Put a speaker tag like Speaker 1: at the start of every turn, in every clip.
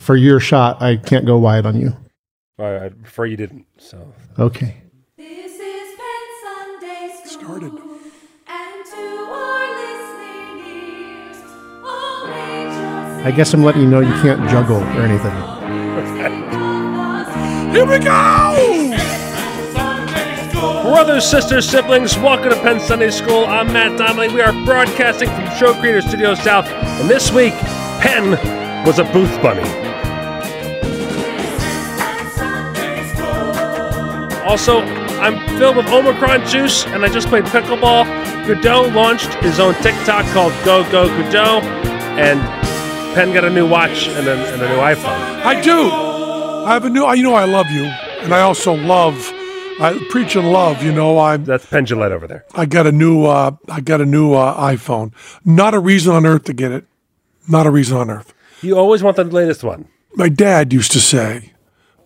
Speaker 1: For your shot, I can't go wide on you.
Speaker 2: I, I prefer you didn't. So
Speaker 1: Okay.
Speaker 3: This is Penn Sunday School.
Speaker 4: Started.
Speaker 3: And to our listening ears, all angels
Speaker 1: I guess I'm letting you know you can't juggle or anything.
Speaker 4: Here we go!
Speaker 2: Brothers, sisters, siblings, welcome to Penn Sunday School. I'm Matt Donnelly. We are broadcasting from Show Creator Studio South, and this week, Penn was a booth bunny. Also, I'm filled with Omicron juice, and I just played pickleball. Godot launched his own TikTok called Go Go Godot, and Penn got a new watch and a, and a new iPhone.
Speaker 4: I do. I have a new. I- You know, I love you, and I also love. I preach and love. You know, I
Speaker 2: That's Penn Gillette over there.
Speaker 4: I got a new. Uh, I got a new uh, iPhone. Not a reason on earth to get it. Not a reason on earth.
Speaker 2: You always want the latest one.
Speaker 4: My dad used to say,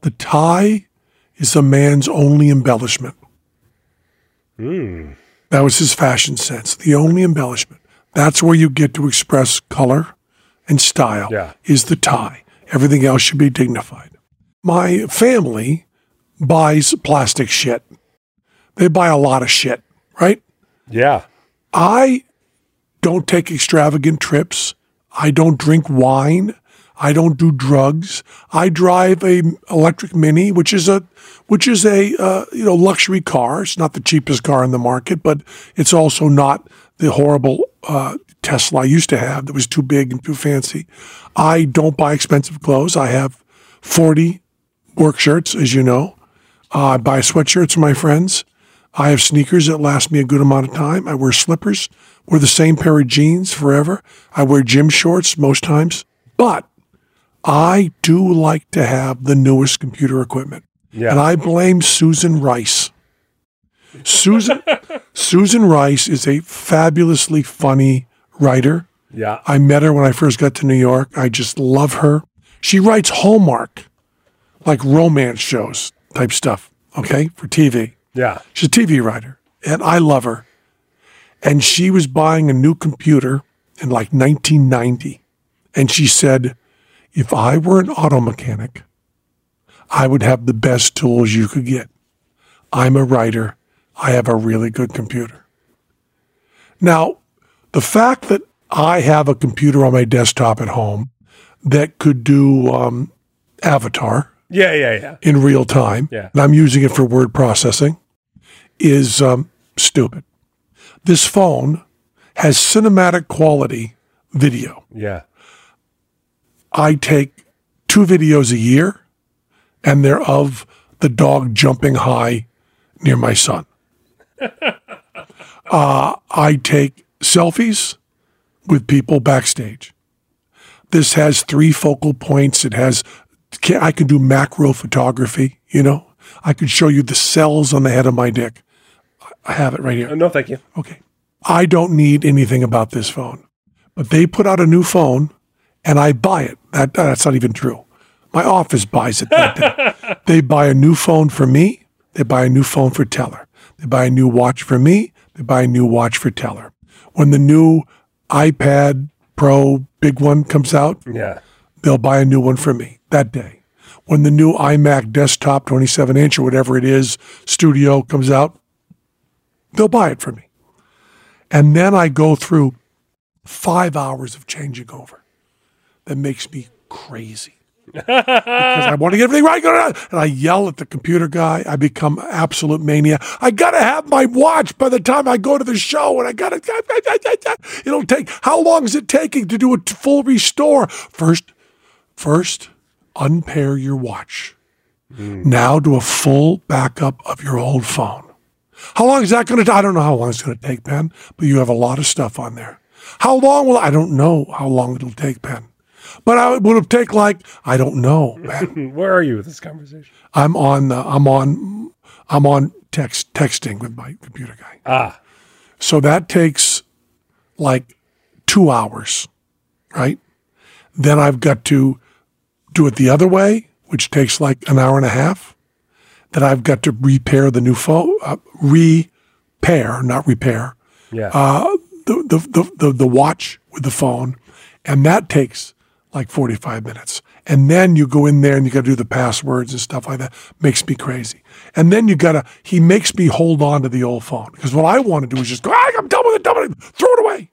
Speaker 4: "The tie is a man's only embellishment." That was his fashion sense. The only embellishment. That's where you get to express color and style.
Speaker 2: Yeah.
Speaker 4: Is the tie. Everything else should be dignified. My family buys plastic shit. They buy a lot of shit, right?
Speaker 2: Yeah.
Speaker 4: I don't take extravagant trips. I don't drink wine. I don't do drugs. I drive a electric mini, which is a which is a uh, you know luxury car. It's not the cheapest car in the market, but it's also not the horrible uh, Tesla I used to have that was too big and too fancy. I don't buy expensive clothes. I have forty work shirts, as you know. Uh, I buy sweatshirts for my friends. I have sneakers that last me a good amount of time. I wear slippers, wear the same pair of jeans forever. I wear gym shorts most times, but I do like to have the newest computer equipment.
Speaker 2: Yeah.
Speaker 4: And I blame Susan Rice. Susan Susan Rice is a fabulously funny writer.
Speaker 2: Yeah.
Speaker 4: I met her when I first got to New York. I just love her. She writes Hallmark, like romance shows type stuff, okay, for TV.
Speaker 2: Yeah.
Speaker 4: She's a TV writer, and I love her. And she was buying a new computer in like 1990. And she said, If I were an auto mechanic, I would have the best tools you could get. I'm a writer. I have a really good computer. Now, the fact that I have a computer on my desktop at home that could do um, Avatar,
Speaker 2: Yeah, yeah, yeah.
Speaker 4: in real time,
Speaker 2: Yeah.
Speaker 4: and I'm using it for word processing, is um, stupid. This phone has cinematic quality video.
Speaker 2: Yeah.
Speaker 4: I take two videos a year, and they're of the dog jumping high near my son. uh, I take selfies with people backstage. This has three focal points. It has, ca- I can do macro photography, you know, I could show you the cells on the head of my dick. I- I have it right here.
Speaker 2: Oh, no, thank you.
Speaker 4: Okay. I don't need anything about this phone. But they put out a new phone and I buy it. That, that's not even true. My office buys it that day. they buy a new phone for me. They buy a new phone for Teller. They buy a new watch for me. They buy a new watch for Teller. When the new iPad Pro big one comes out,
Speaker 2: Yeah.
Speaker 4: they'll buy a new one for me that day. When the new iMac desktop 27 inch or whatever it is studio comes out, they'll buy it for me. And then I go through five hours of changing over that makes me crazy. because I want to get everything right. And I yell at the computer guy. I become absolute mania. I got to have my watch by the time I go to the show. And I got to, it'll take, how long is it taking to do a t- full restore? First, First, unpair your watch. Now do a full backup of your old phone. How long is that going to take? I don't know how long it's going to take, Pen, but you have a lot of stuff on there. How long will I don't know how long it'll take, Pen. But I would have taken like I don't know, man.
Speaker 2: Where are you with this conversation?
Speaker 4: I'm on the I'm on I'm on text texting with my computer guy.
Speaker 2: Ah.
Speaker 4: So that takes like two hours, right? Then I've got to do it the other way, which takes like an hour and a half. Then I've got to repair the new phone, uh, repair, not repair,
Speaker 2: Yeah.
Speaker 4: the, the, the, the, the watch with the phone, and that takes like 45 minutes. And then you go in there and you got to do the passwords and stuff like that. Makes me crazy. And then you got to, he makes me hold on to the old phone because what I want to do is just go, "Ah, I'm done with it, done with it, throw it away.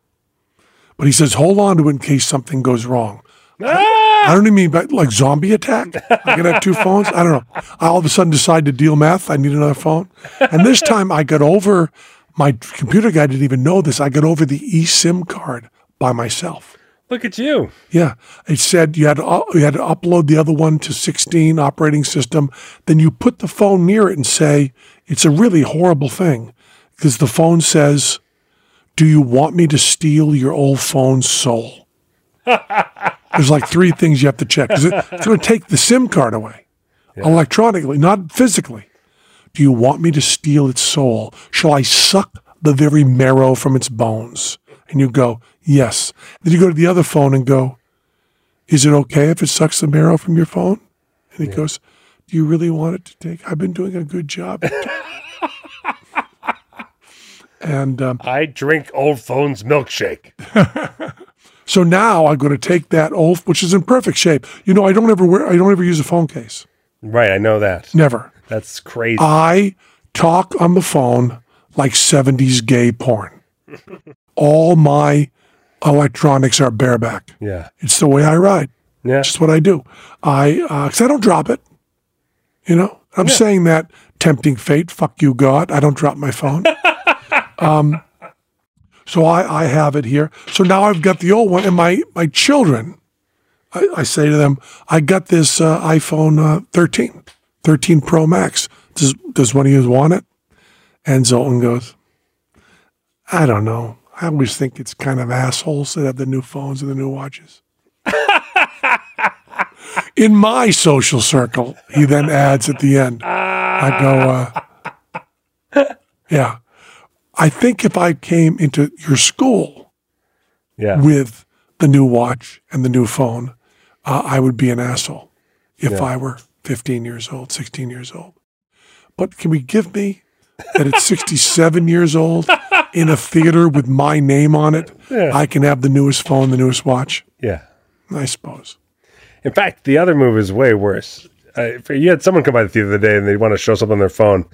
Speaker 4: But he says, hold on to it in case something goes wrong. I don't even mean by, like zombie attack. I'm gonna have two phones. I don't know. I all of a sudden decide to deal math. I need another phone. And this time I got over my computer guy didn't even know this. I got over the eSIM card by myself.
Speaker 2: Look at you.
Speaker 4: Yeah, it said you had to, u- you had to upload the other one to 16 operating system. Then you put the phone near it and say it's a really horrible thing because the phone says, "Do you want me to steal your old phone's soul?" There's like three things you have to check. 'Cause it- It's going to take the SIM card away electronically, not physically. Do you want me to steal its soul? Shall I suck the very marrow from its bones? And you go, yes. Then you go to the other phone and go, is it okay if it sucks the marrow from your phone? And he goes, do you really want it to take? I've been doing a good job. and um,
Speaker 2: I drink old phone's milkshake.
Speaker 4: so now I'm going to take that old, which is in perfect shape. You know, I don't ever wear, I don't ever use a phone case.
Speaker 2: Right, I know that.
Speaker 4: Never.
Speaker 2: That's crazy.
Speaker 4: I talk on the phone like 70s gay porn. All my electronics are bareback.
Speaker 2: yeah.
Speaker 4: It's the way I ride.
Speaker 2: Yeah.
Speaker 4: It's what I do. I, because I don't drop it. You know, I'm saying that tempting fate, fuck you, God. I don't drop my phone. um, so I, I have it here. So now I've got the old one, and my, my children, I, I say to them, I got this uh, iPhone uh, 13, 13 Pro Max. Does, does one of you want it? And Zoltan goes, I don't know. I always think it's kind of assholes that have the new phones and the new watches. In my social circle, he then adds at the end, I go, uh, yeah, I think if I came into your school
Speaker 2: yeah.
Speaker 4: with the new watch and the new phone, uh, I would be an asshole if I were 15 years old, 16 years old. But can we give me that at 67 years old in a theater with my name on it, I can have the newest phone, the newest watch?
Speaker 2: yeah.
Speaker 4: I suppose.
Speaker 2: In fact, the other move is way worse. Uh, if you had someone come by the theater the other day and they want to show something on their phone,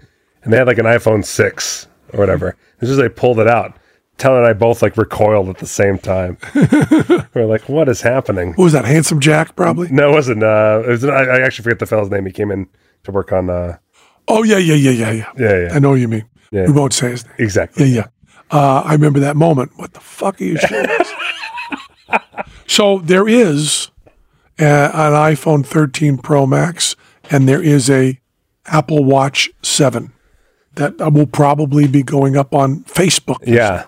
Speaker 2: and they had like an iPhone six or whatever. As soon as they pulled it out, Teller and I both like recoiled at the same time. We're like, "What is happening?"
Speaker 4: What was that? Handsome Jack, probably?
Speaker 2: No, it wasn't. Uh, it was. I, I actually forget the fellow's name. He came in to work on. Uh,
Speaker 4: Oh yeah, yeah, yeah, yeah, yeah.
Speaker 2: Yeah, yeah.
Speaker 4: I know what you mean.
Speaker 2: Yeah.
Speaker 4: We won't say his name. Yeah,
Speaker 2: exactly.
Speaker 4: yeah. Uh, I remember that moment. What the fuck are you showing us? so there is a, an iPhone 13 Pro Max, and there is a Apple Watch 7 that uh, will probably be going up on Facebook.
Speaker 2: Yeah.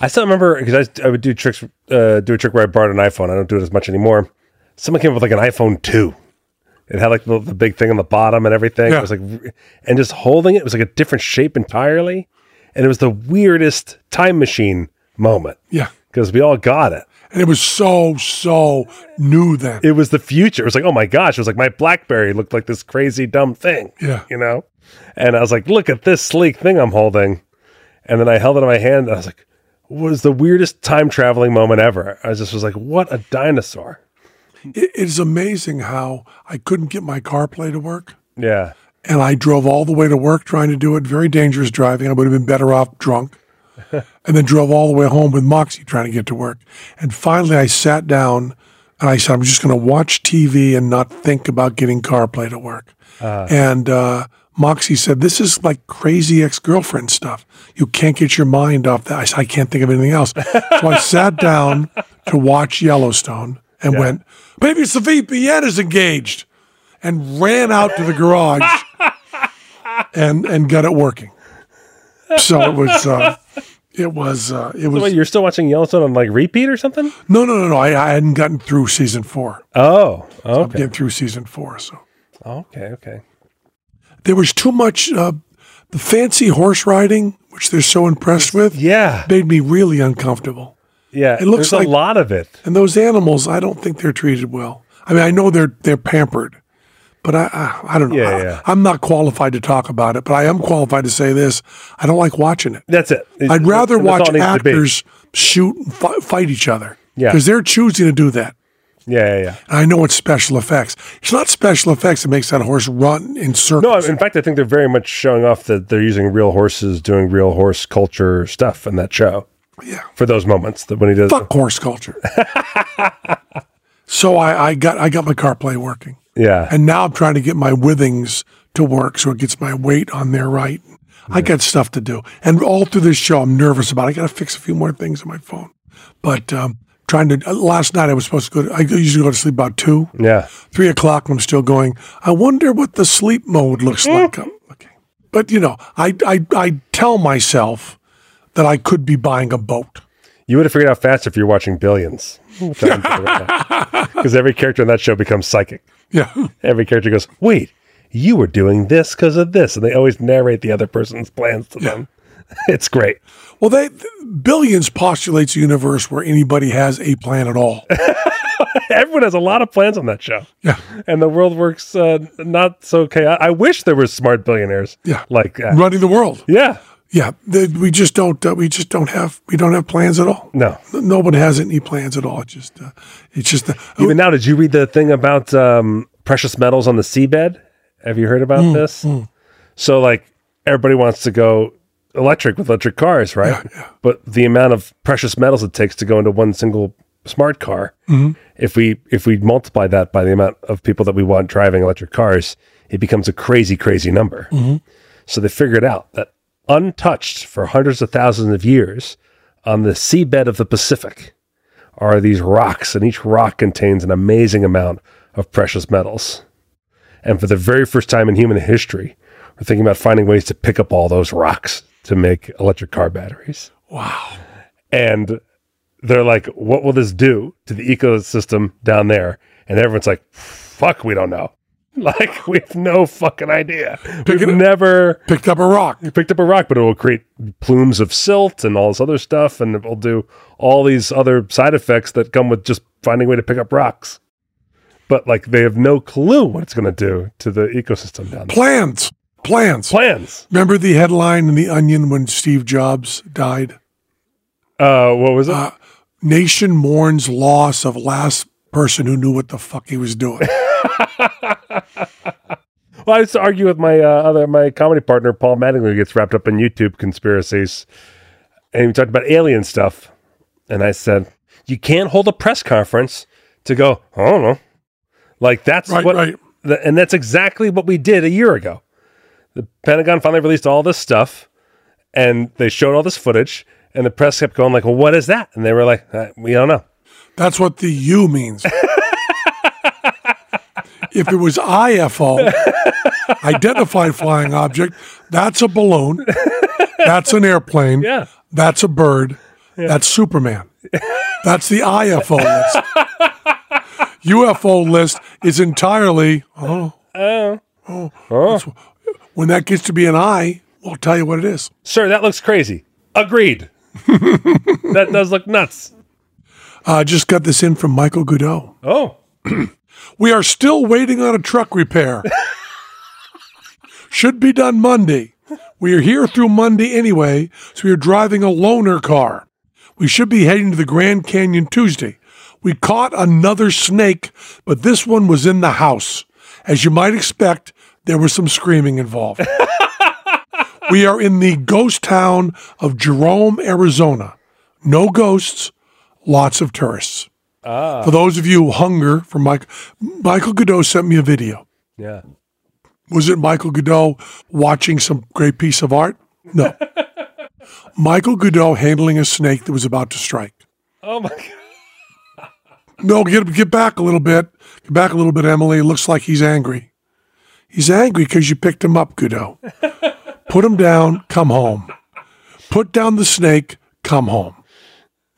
Speaker 2: I still remember because I, I would do tricks, uh, do a trick where I borrowed an iPhone. I don't do it as much anymore. Someone came up with like an iPhone two. It had like the, the big thing on the bottom and everything.
Speaker 4: Yeah.
Speaker 2: It was like, r- and just holding it was like a different shape entirely, and it was the weirdest time machine moment
Speaker 4: yeah.
Speaker 2: because we all got it.
Speaker 4: And it was so so new then.
Speaker 2: It was the future. It was like, oh my gosh! It was like my BlackBerry looked like this crazy dumb thing.
Speaker 4: Yeah.
Speaker 2: you know. And I was like, look at this sleek thing I'm holding. And then I held it in my hand, and I was like, was the weirdest time traveling moment ever. I just was like, what a dinosaur.
Speaker 4: It- it is amazing how I couldn't get my CarPlay to work.
Speaker 2: Yeah,
Speaker 4: and I drove all the way to work trying to do it. Very dangerous driving. I would have been better off drunk. and then drove all the way home with Moxie trying to get to work. And finally, I sat down and I said, I'm just going to watch TV and not think about getting CarPlay to work. and uh, Moxie said, This is like crazy ex girlfriend stuff. You can't get your mind off that. I said, I can't think of anything else. so I sat down to watch Yellowstone and went, Maybe it's the VPN is engaged and ran out to the garage and and got it working. So it was uh, It was. Uh, it was.
Speaker 2: Wait, you're still watching Yellowstone on like repeat or something?
Speaker 4: no, no, no, no. I, I hadn't gotten through season four.
Speaker 2: Oh,
Speaker 4: I'm
Speaker 2: okay,
Speaker 4: getting through season four. So
Speaker 2: okay, okay.
Speaker 4: there was too much. Uh, the fancy horse riding, which they're so impressed with,
Speaker 2: Yeah,
Speaker 4: made me really uncomfortable.
Speaker 2: yeah.
Speaker 4: It looks
Speaker 2: There's
Speaker 4: like-
Speaker 2: a lot of it.
Speaker 4: And those animals, I don't think they're treated well. I mean, I know they're they're pampered, but I I, I don't know.
Speaker 2: Yeah,
Speaker 4: I,
Speaker 2: yeah.
Speaker 4: I'm not qualified to talk about it, but I am qualified to say this: I don't like watching it.
Speaker 2: That's it. It's-
Speaker 4: I'd rather
Speaker 2: and that's all
Speaker 4: watch
Speaker 2: it needs to be.
Speaker 4: actors shoot and fi- fight each other.
Speaker 2: Yeah.
Speaker 4: Because they're choosing to do that.
Speaker 2: Yeah, yeah, yeah.
Speaker 4: And I know it's special effects. It's not special effects that makes that horse run in
Speaker 2: No,
Speaker 4: circles.
Speaker 2: in fact, I think they're very much showing off that they're using real horses, doing real horse culture stuff in that show.
Speaker 4: Yeah.
Speaker 2: For those moments that when he does,
Speaker 4: Fuck horse culture. so I, I got I got my car play working.
Speaker 2: yeah,
Speaker 4: And now I'm trying to get my withings to work so it gets my weight on there right. I got stuff to do. And all through this show, I'm nervous about it. I got to fix a few more things on my phone. But um, trying to, uh, last night I was supposed to go, to, I usually go to sleep about two,
Speaker 2: yeah,
Speaker 4: three o'clock, and I'm still going, I wonder what the sleep mode looks like. Um, okay. But, you know, I, I, I tell myself that I could be buying a boat.
Speaker 2: you would have figured out faster if you're watching Billions, because every character in that show becomes psychic.
Speaker 4: Yeah.
Speaker 2: Every character goes, "Wait, you were doing this because of this," and they always narrate the other person's plans to them. It's great.
Speaker 4: Well, they, billions postulates a universe where anybody has a plan at all.
Speaker 2: Everyone has a lot of plans on that show.
Speaker 4: Yeah.
Speaker 2: and the world works uh, not so chaotic. I wish there were smart billionaires.
Speaker 4: Yeah.
Speaker 2: like that.
Speaker 4: Running the world.
Speaker 2: yeah,
Speaker 4: Yeah, th we just don't. Uh, we just don't have. We don't have plans at all.
Speaker 2: no.
Speaker 4: N- nobody has any plans at all. It just. Uh, it's just. Uh,
Speaker 2: Even now, did you read the thing about um, precious metals on the seabed? Have you heard about this? So, like, everybody wants to go electric with electric cars, right? But the amount of precious metals it takes to go into one single smart car, if we if we multiply that by the amount of people that we want driving electric cars, it becomes a crazy, crazy number. So they figured out that untouched for hundreds of thousands of years on the seabed of the Pacific are these rocks, and each rock contains an amazing amount of precious metals. And for the very first time in human history, we're thinking about finding ways to pick up all those rocks to make electric car batteries.
Speaker 4: wow.
Speaker 2: And they're like, what will this do to the ecosystem down there? And everyone's like, fuck, we don't know. Like, we have no fucking idea. We've
Speaker 4: it up.
Speaker 2: never
Speaker 4: Picked up a rock.
Speaker 2: picked up a rock, but it will create plumes of silt and all this other stuff, and it will do all these other side effects that come with just finding a way to pick up rocks. But like they have no clue what it's going to do to the ecosystem down there.
Speaker 4: Plans. Plans.
Speaker 2: Plans.
Speaker 4: Remember the headline in the Onion when Steve Jobs died.
Speaker 2: Uh, what was it?
Speaker 4: Nation mourns loss of last person who knew what the fuck he was doing.
Speaker 2: well, I used to argue with my uh, other my comedy partner Paul Mattingly, who gets wrapped up in YouTube conspiracies, and we talked about alien stuff. And I said, you can't hold a press conference to go. I don't know. Like that's
Speaker 4: Right,
Speaker 2: what
Speaker 4: right.
Speaker 2: Th- and that's exactly what we did a year ago. The Pentagon finally released all this stuff, and they showed all this footage, and the press kept going like, "Well, what is that?" And they were like, "Uh, "We don't know."
Speaker 4: That's what the U means. if it was IFO, identified flying object, that's a balloon. That's an airplane.
Speaker 2: Yeah.
Speaker 4: That's a bird. That's Superman. That's the IFO list. UFO list is entirely oh,
Speaker 2: Oh.
Speaker 4: when that gets to be an I, we'll tell you what it is.
Speaker 2: Sir, that looks crazy. Agreed. that does look nuts.
Speaker 4: I just got this in from Michael Goodell.
Speaker 2: Oh,
Speaker 4: We are still waiting on a truck repair. Should be done Monday. We are here through Monday anyway, so we are driving a loaner car. We should be heading to the Grand Canyon Tuesday. We caught another snake, but this one was in the house. As you might expect, there was some screaming involved. we are in the ghost town of Jerome, Arizona. No ghosts, lots of tourists. For those of you who hunger for Mike, Michael Godot sent me a video.
Speaker 2: yeah.
Speaker 4: Was it Michael Godot watching some great piece of art? No. Michael Godot handling a snake that was about to strike.
Speaker 2: Oh my god.
Speaker 4: No, get get back a little bit. Get back a little bit, Emily. It looks like he's angry. He's angry because you picked him up, Godot. Put him down. Come home. Put down the snake. come home.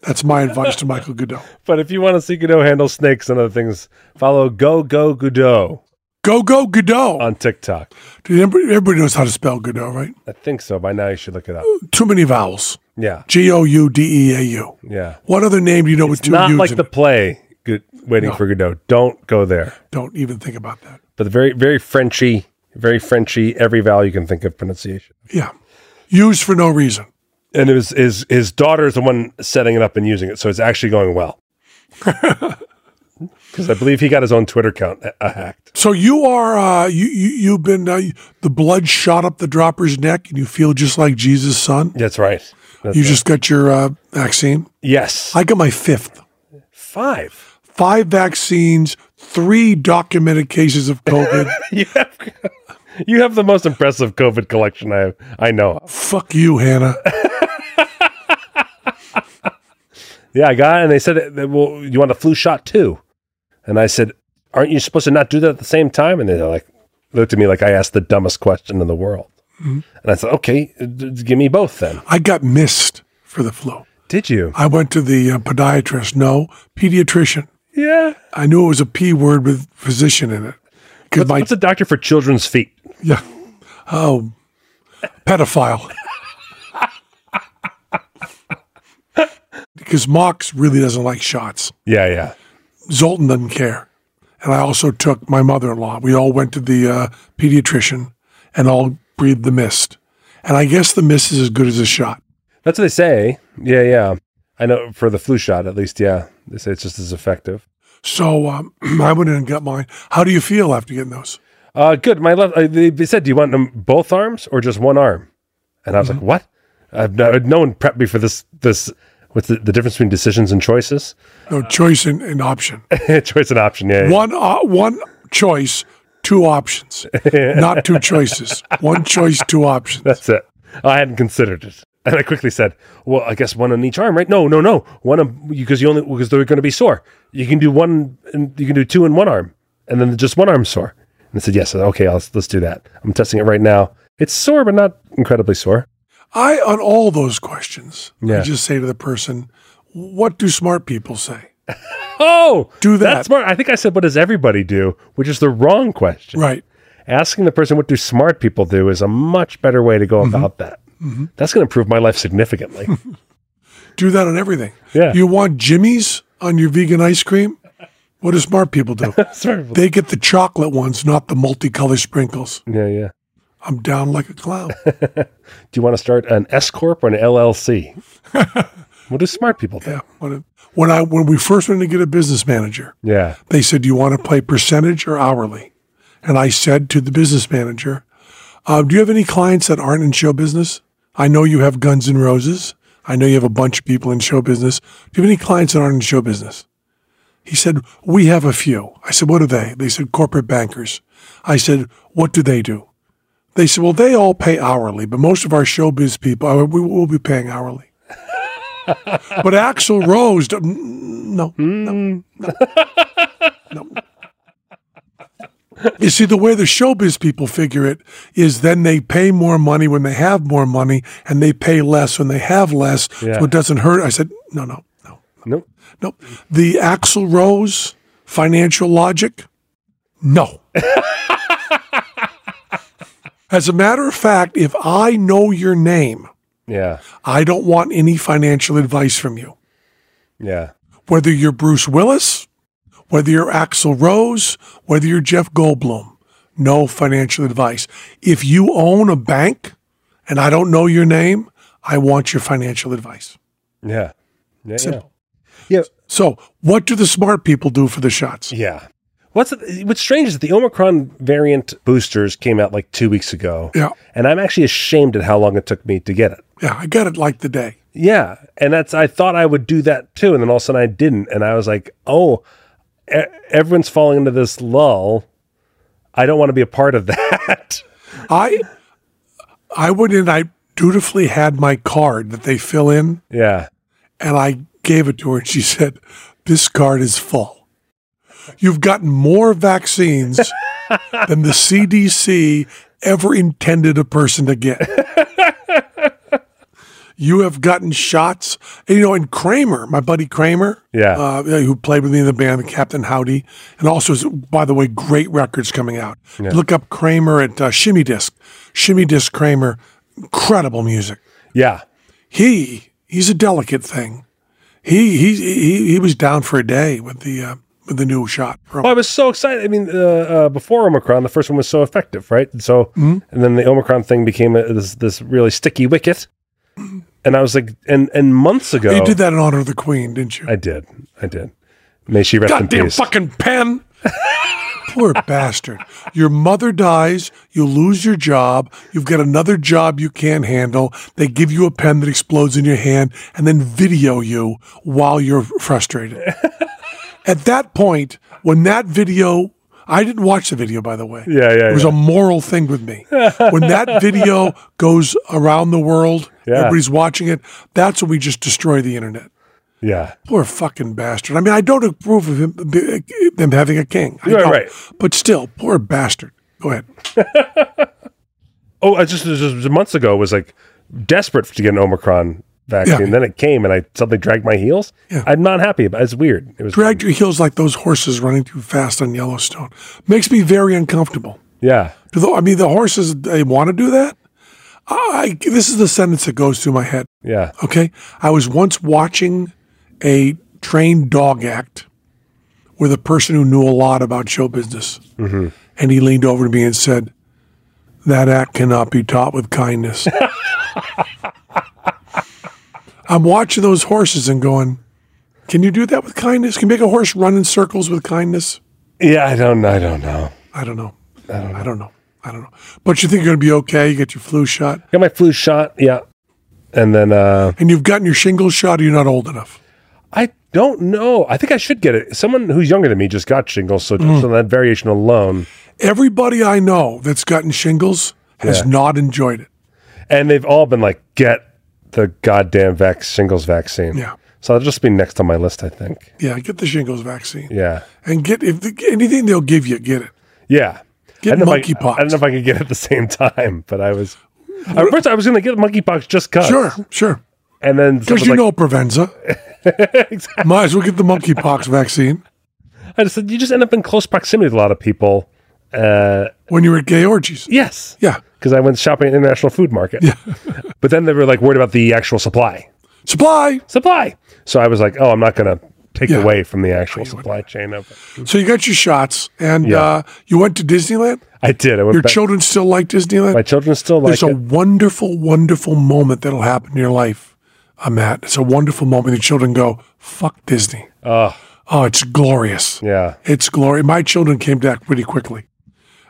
Speaker 4: That's my advice to Michael Godot.
Speaker 2: But if you want to see Godot handle snakes and other things, follow Go Go Godot
Speaker 4: Go, go, Godot.
Speaker 2: on TikTok.
Speaker 4: Dude, everybody, everybody knows how to spell Godot, right?
Speaker 2: I think so. By now, you should look it up.
Speaker 4: Too many vowels.
Speaker 2: Yeah,
Speaker 4: G O U D E A U.
Speaker 2: yeah.
Speaker 4: What other name do you know with two
Speaker 2: Not
Speaker 4: U's
Speaker 2: like
Speaker 4: in
Speaker 2: the
Speaker 4: it?
Speaker 2: play. Good, waiting for Godot. Don't go there.
Speaker 4: Don't even think about that.
Speaker 2: But the very, very Frenchy, very Frenchy. Every vowel you can think of pronunciation.
Speaker 4: Yeah. Used for no reason.
Speaker 2: And it was his his daughter is the one setting it up and using it, so it's actually going well. Because I believe he got his own Twitter account uh, uh, hacked.
Speaker 4: So you are uh, you, you you've been uh, the blood shot up the dropper's neck, and you feel just like Jesus' son.
Speaker 2: That's right. That's
Speaker 4: you
Speaker 2: right.
Speaker 4: just got your uh, vaccine.
Speaker 2: yes.
Speaker 4: I got my fifth.
Speaker 2: Five.
Speaker 4: Five vaccines, three documented cases of COVID.
Speaker 2: You have you have the most impressive COVID collection I I know. of.
Speaker 4: Fuck you, Hannah.
Speaker 2: Yeah, I got it, and they said, uh, "Well, you want a flu shot too?" And I said, "Aren't you supposed to not do that at the same time?" And they like looked at me like I asked the dumbest question in the world. And I said, "Okay, d- d- give me both then."
Speaker 4: I got missed for the flu.
Speaker 2: Did you?
Speaker 4: I went to the uh, podiatrist. No, pediatrician.
Speaker 2: Yeah.
Speaker 4: I knew it was a P word with physician in it. 'Cause
Speaker 2: What's,
Speaker 4: my
Speaker 2: what's a doctor for children's feet?
Speaker 4: Yeah. Oh, pedophile. because Mox really doesn't like shots.
Speaker 2: Yeah, yeah.
Speaker 4: Zoltan doesn't care. And I also took my mother in law. We all went to the uh, pediatrician and all breathed the mist. And I guess the mist is as good as a shot.
Speaker 2: That's what they say. Yeah, yeah. I know for the flu shot, at least, yeah. They say it's just as effective.
Speaker 4: So um, I went in and got mine. How do you feel after getting those?
Speaker 2: Uh, good. My left, uh, they, they said, do you want them both arms or just one arm? And I was like, what? I've no, no one prepped me for this. This What's the, the difference between decisions and choices?
Speaker 4: No choice and, and option.
Speaker 2: Choice and option, yeah. yeah.
Speaker 4: One uh, one choice, two options, not two choices. One choice, two options.
Speaker 2: That's it. I hadn't considered it. And I quickly said, well, I guess one on each arm, right? No, no, no. One on, because you only, because they're going to be sore. You can do one, and you can do two in one arm, and then just one arm sore. And I said, yes, okay, let's, let's do that. I'm testing it right now. It's sore, but not incredibly sore.
Speaker 4: I on all those questions,
Speaker 2: Yeah.
Speaker 4: I just say to the person, "What do smart people say?"
Speaker 2: Oh,
Speaker 4: Do that.
Speaker 2: That's smart. I think I said, what does everybody do? Which is the wrong question.
Speaker 4: Right?
Speaker 2: Asking the person, what do smart people do is a much better way to go
Speaker 4: Mm-hmm.
Speaker 2: about that. That's going to improve my life significantly.
Speaker 4: Do that on everything.
Speaker 2: Yeah.
Speaker 4: You want Jimmy's on your vegan ice cream? What do smart people do?
Speaker 2: Smart people-
Speaker 4: they get the chocolate ones, not the multicolored sprinkles.
Speaker 2: yeah, yeah.
Speaker 4: I'm down like a clown.
Speaker 2: Do you want to start an S corp or an LLC? what do smart people think?
Speaker 4: yeah. When, when I when we first went to get a business manager,
Speaker 2: Yeah.
Speaker 4: They said, Do you want to play percentage or hourly? And I said to the business manager, uh, Do you have any clients that aren't in show business? I know you have Guns N' Roses. I know you have a bunch of people in show business. Do you have any clients that aren't in show business? He said, We have a few. I said, What are they? They said, Corporate bankers. I said, What do they do? They said, Well, they all pay hourly, but most of our showbiz people, uh, we will be paying hourly. but Axel Rose, mm, no, no, You see, the way the showbiz people figure it is then they pay more money when they have more money and they pay less when they have less.
Speaker 2: Yeah.
Speaker 4: So it doesn't hurt. I said, no, no, no,
Speaker 2: Nope.
Speaker 4: no. The Axl Rose financial logic, no. As a matter of fact, if I know your name,
Speaker 2: Yeah.
Speaker 4: I don't want any financial advice from you
Speaker 2: Yeah.
Speaker 4: whether you're Bruce Willis, whether you're Axl Rose, whether you're Jeff Goldblum, no financial advice. If you own a bank and I don't know your name, I want your financial advice.
Speaker 2: Yeah. Yeah. Yeah.
Speaker 4: Simple.
Speaker 2: yeah.
Speaker 4: So, what do the smart people do for the shots?
Speaker 2: Yeah. What's what's strange is the Omicron variant boosters came out like two weeks ago.
Speaker 4: Yeah.
Speaker 2: And I'm actually ashamed at how long it took me to get it.
Speaker 4: Yeah, I got it like the day.
Speaker 2: Yeah. And that's I thought I would do that too, and then all of a sudden I didn't, and I was like, oh, e- everyone's falling into this lull. I don't want to be a part of that.
Speaker 4: I I went in, I dutifully had my card that they fill in
Speaker 2: yeah.
Speaker 4: and I gave it to her, and she said, "This card is full. You've gotten more vaccines than the CDC ever intended a person to get. You have gotten shots. And, you know, and Kramer, my buddy Kramer,
Speaker 2: Yeah.
Speaker 4: uh, who played with me in the band, Captain Howdy, and also, is, by the way, great records coming out. Look up Kramer at uh, Shimmy Disc, Shimmy Disc Kramer, incredible music.
Speaker 2: Yeah.
Speaker 4: He he's a delicate thing. He he he, he was down for a day with the uh, with the new shot. From,
Speaker 2: Well, I was so excited. I mean, uh, uh, before Omicron, the first one was so effective, right? And so,
Speaker 4: Mm-hmm.
Speaker 2: and then the Omicron thing became a, this this really sticky wicket. And I was like, and and months ago,
Speaker 4: you did that in honor of the Queen, didn't you?
Speaker 2: I did, I did. May she rest in
Speaker 4: goddamn
Speaker 2: peace.
Speaker 4: fucking pen. Poor bastard. Your mother dies, you lose your job, you've got another job you can't handle. They give you a pen that explodes in your hand and then video you while you're frustrated. At that point, when that video, I didn't watch the video, by the way.
Speaker 2: Yeah, yeah,
Speaker 4: It was
Speaker 2: yeah.
Speaker 4: a moral thing with me. when that video goes around the world,
Speaker 2: Yeah.
Speaker 4: everybody's watching it, that's when we just destroy the internet.
Speaker 2: Yeah,
Speaker 4: Poor fucking bastard. I mean, I don't approve of him, b- them having a king. I
Speaker 2: Right,
Speaker 4: don't.
Speaker 2: right.
Speaker 4: But still, poor bastard. Go ahead.
Speaker 2: oh, I just, just months ago was like desperate to get an Omicron vaccine.
Speaker 4: Yeah.
Speaker 2: Then it came, and I suddenly dragged my heels.
Speaker 4: Yeah.
Speaker 2: I'm not happy about. It's weird. It was
Speaker 4: Dragged your heels like those horses running too fast on Yellowstone. Makes me very uncomfortable.
Speaker 2: Yeah,
Speaker 4: Do the, I mean, the horses, they want to do that? I, this is the sentence that goes through my head.
Speaker 2: yeah,
Speaker 4: Okay. I was once watching a trained dog act with a person who knew a lot about show business. And he leaned over to me and said, That act cannot be taught with kindness. I'm watching those horses and going, Can you do that with kindness? Can you make a horse run in circles with kindness?
Speaker 2: yeah. I don't, I don't know.
Speaker 4: I don't know. I don't know. I don't know. But you think you're going to be okay. You get your flu shot
Speaker 2: Got my flu shot. Yeah, and then. uh
Speaker 4: and you've gotten your shingles shot. Or you're not old enough.
Speaker 2: I don't know. I think I should get it. Someone who's younger than me just got shingles, so
Speaker 4: Mm.
Speaker 2: just on that variation alone,
Speaker 4: Everybody I know that's gotten shingles has
Speaker 2: Yeah.
Speaker 4: not enjoyed it.
Speaker 2: and they've all been like, "Get the goddamn vac- shingles vaccine."
Speaker 4: Yeah.
Speaker 2: So that'll just be next on my list, I think.
Speaker 4: Yeah, get the shingles vaccine
Speaker 2: Yeah.
Speaker 4: and get if the, anything they'll give you, get it.
Speaker 2: Yeah.
Speaker 4: Get
Speaker 2: I don't know if I-
Speaker 4: monkeypox.
Speaker 2: I, don't know if I could get it at the same time, but I was. I, first, I was going to get monkeypox just cause.
Speaker 4: Sure, sure.
Speaker 2: And then
Speaker 4: Because
Speaker 2: someone's
Speaker 4: you
Speaker 2: like-
Speaker 4: know Provenza. Might as well get the monkeypox vaccine
Speaker 2: I just said you just end up in close proximity to a lot of people. Uh,
Speaker 4: when you're at gay orgies.
Speaker 2: yes.
Speaker 4: Yeah.
Speaker 2: Because I went shopping at International Food Market. Yeah. but then they were like worried about the actual supply.
Speaker 4: Supply.
Speaker 2: supply. So I was like, oh, I'm not going to take
Speaker 4: Yeah. Oh
Speaker 2: away from the actual supply chain of it.
Speaker 4: So you got your shots and
Speaker 2: Yeah.
Speaker 4: uh, you went to Disneyland.
Speaker 2: I did. I went
Speaker 4: Your
Speaker 2: back-
Speaker 4: children still like Disneyland.
Speaker 2: My children still like
Speaker 4: There's a
Speaker 2: it.
Speaker 4: wonderful, wonderful moment that'll happen in your life, uh, Matt. It's a wonderful moment. The children go, fuck Disney. oh, it's glorious.
Speaker 2: Yeah.
Speaker 4: It's glory. My children came back pretty quickly.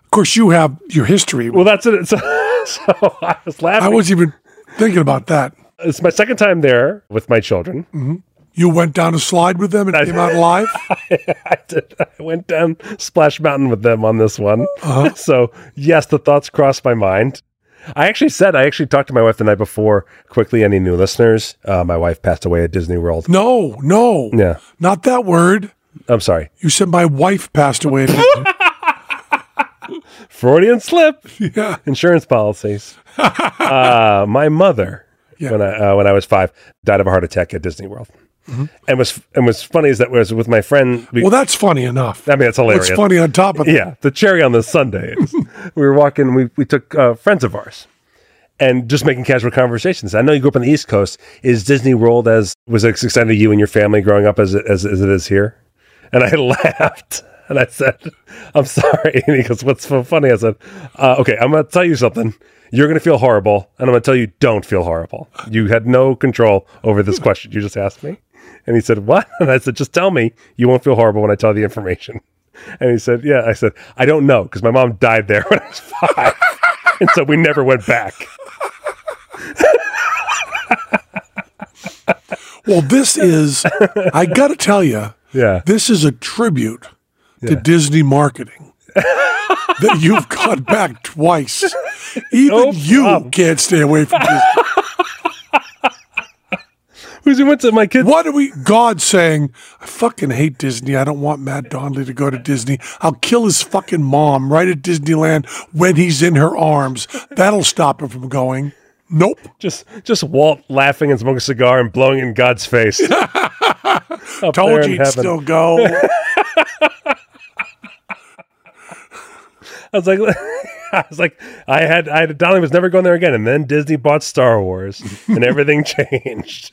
Speaker 4: Of course, you have your history.
Speaker 2: Well, that's it. So, so I was laughing.
Speaker 4: I wasn't even thinking about that.
Speaker 2: it's my second time there with my children.
Speaker 4: You went down a slide with them and came out alive.
Speaker 2: I, did, I went down Splash Mountain with them on this one.
Speaker 4: Uh-huh.
Speaker 2: So, yes, the thoughts crossed my mind. I actually said, I actually talked to my wife the night before. Quickly, any new listeners? Uh, my wife passed away at Disney World.
Speaker 4: No, no,
Speaker 2: Yeah.
Speaker 4: not that word.
Speaker 2: I'm sorry.
Speaker 4: You said my wife passed away.
Speaker 2: Freudian slip.
Speaker 4: yeah,
Speaker 2: insurance policies. uh, my mother,
Speaker 4: Yeah.
Speaker 2: when I uh, when I was five, died of a heart attack at Disney World, and was and was funny is that was with my friend. We,
Speaker 4: Mm-hmm. well, that's funny enough.
Speaker 2: I mean, it's
Speaker 4: What's
Speaker 2: hilarious.
Speaker 4: funny on top of that?
Speaker 2: Yeah, the cherry on the Sunday. is we were walking. We we took uh, friends of ours. And just making casual conversations. I know you grew up on the East Coast. Is Disney World as was it exciting to you and your family growing up as it, as, as it is here? And I laughed and I said, I'm sorry. And he goes, What's so funny? I said, uh, Okay, I'm going to tell you something. You're going to feel horrible. And I'm going to tell you, don't feel horrible. You had no control over this question you just asked me. And he said, What? And I said, Just tell me you won't feel horrible when I tell you the information. And he said, Yeah. I said, I don't know because my mom died there when I was five. and so we never went back.
Speaker 4: Well, this is, I got to tell you,
Speaker 2: Yeah.
Speaker 4: this is a tribute to Disney marketing that you've gone back twice. Even
Speaker 2: No
Speaker 4: you
Speaker 2: problem.
Speaker 4: can't stay away from Disney.
Speaker 2: Because we went to my kids.
Speaker 4: What are we, God saying, I fucking hate Disney. I don't want Matt Donnelly to go to Disney. I'll kill his fucking mom right at Disneyland when he's in her arms. That'll stop him from going. Nope.
Speaker 2: Just just Walt laughing and smoking a cigar and blowing in God's face. Up there
Speaker 4: Told
Speaker 2: in
Speaker 4: you he'd
Speaker 2: heaven.
Speaker 4: still go.
Speaker 2: I was like, I was like, I had, I had, Donnie was never going there again. And then Disney bought Star Wars and everything changed.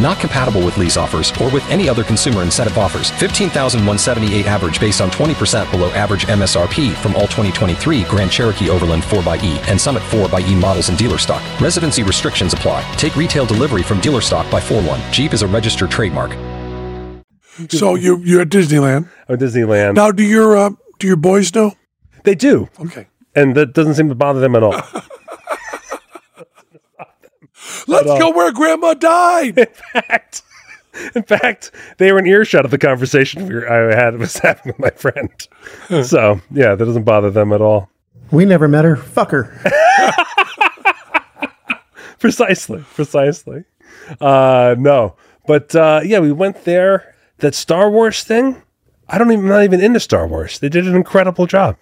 Speaker 5: Not compatible with lease offers or with any other consumer incentive offers. 15178 average based on 20% below average MSRP from all 2023 Grand Cherokee Overland 4xE and Summit 4xE models in dealer stock. Residency restrictions apply. Take retail delivery from dealer stock by 4 1. Jeep is a registered trademark.
Speaker 4: so you you're at Disneyland
Speaker 2: Oh, Disneyland.
Speaker 4: now. Do your uh, do your boys know?
Speaker 2: They do.
Speaker 4: Okay.
Speaker 2: And that doesn't seem to bother them at all.
Speaker 4: Let's
Speaker 2: uh,
Speaker 4: go where Grandma died.
Speaker 2: fact, in fact, they were in earshot of the conversation we were, I had was having with my friend. so yeah, that doesn't bother them at all.
Speaker 1: We never met her. Fuck her.
Speaker 2: Precisely, precisely. Uh, no, but uh, yeah, we went there. That Star Wars thing. I don't even I'm not even into Star Wars. They did an incredible job.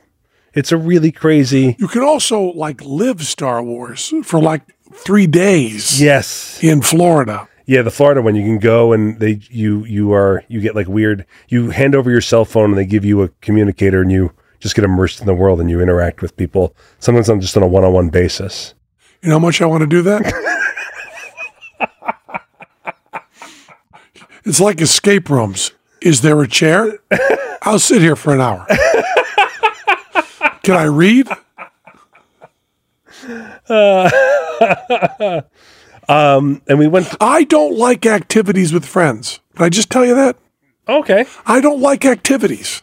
Speaker 2: It's a really crazy.
Speaker 4: you can also like live Star Wars for like three days
Speaker 2: Yes.
Speaker 4: in Florida.
Speaker 2: Yeah, the Florida one. You can go and they you you are you get like weird. You hand over your cell phone and they give you a communicator and you just get immersed in the world and you interact with people. Sometimes on just on a one on one basis.
Speaker 4: You know how much I want to do that? it's like escape rooms. Is there a chair? I'll sit here for an hour. Can I read?
Speaker 2: And we went.
Speaker 4: I don't like activities with friends. Did I just tell you that?
Speaker 2: Okay.
Speaker 4: I don't like activities.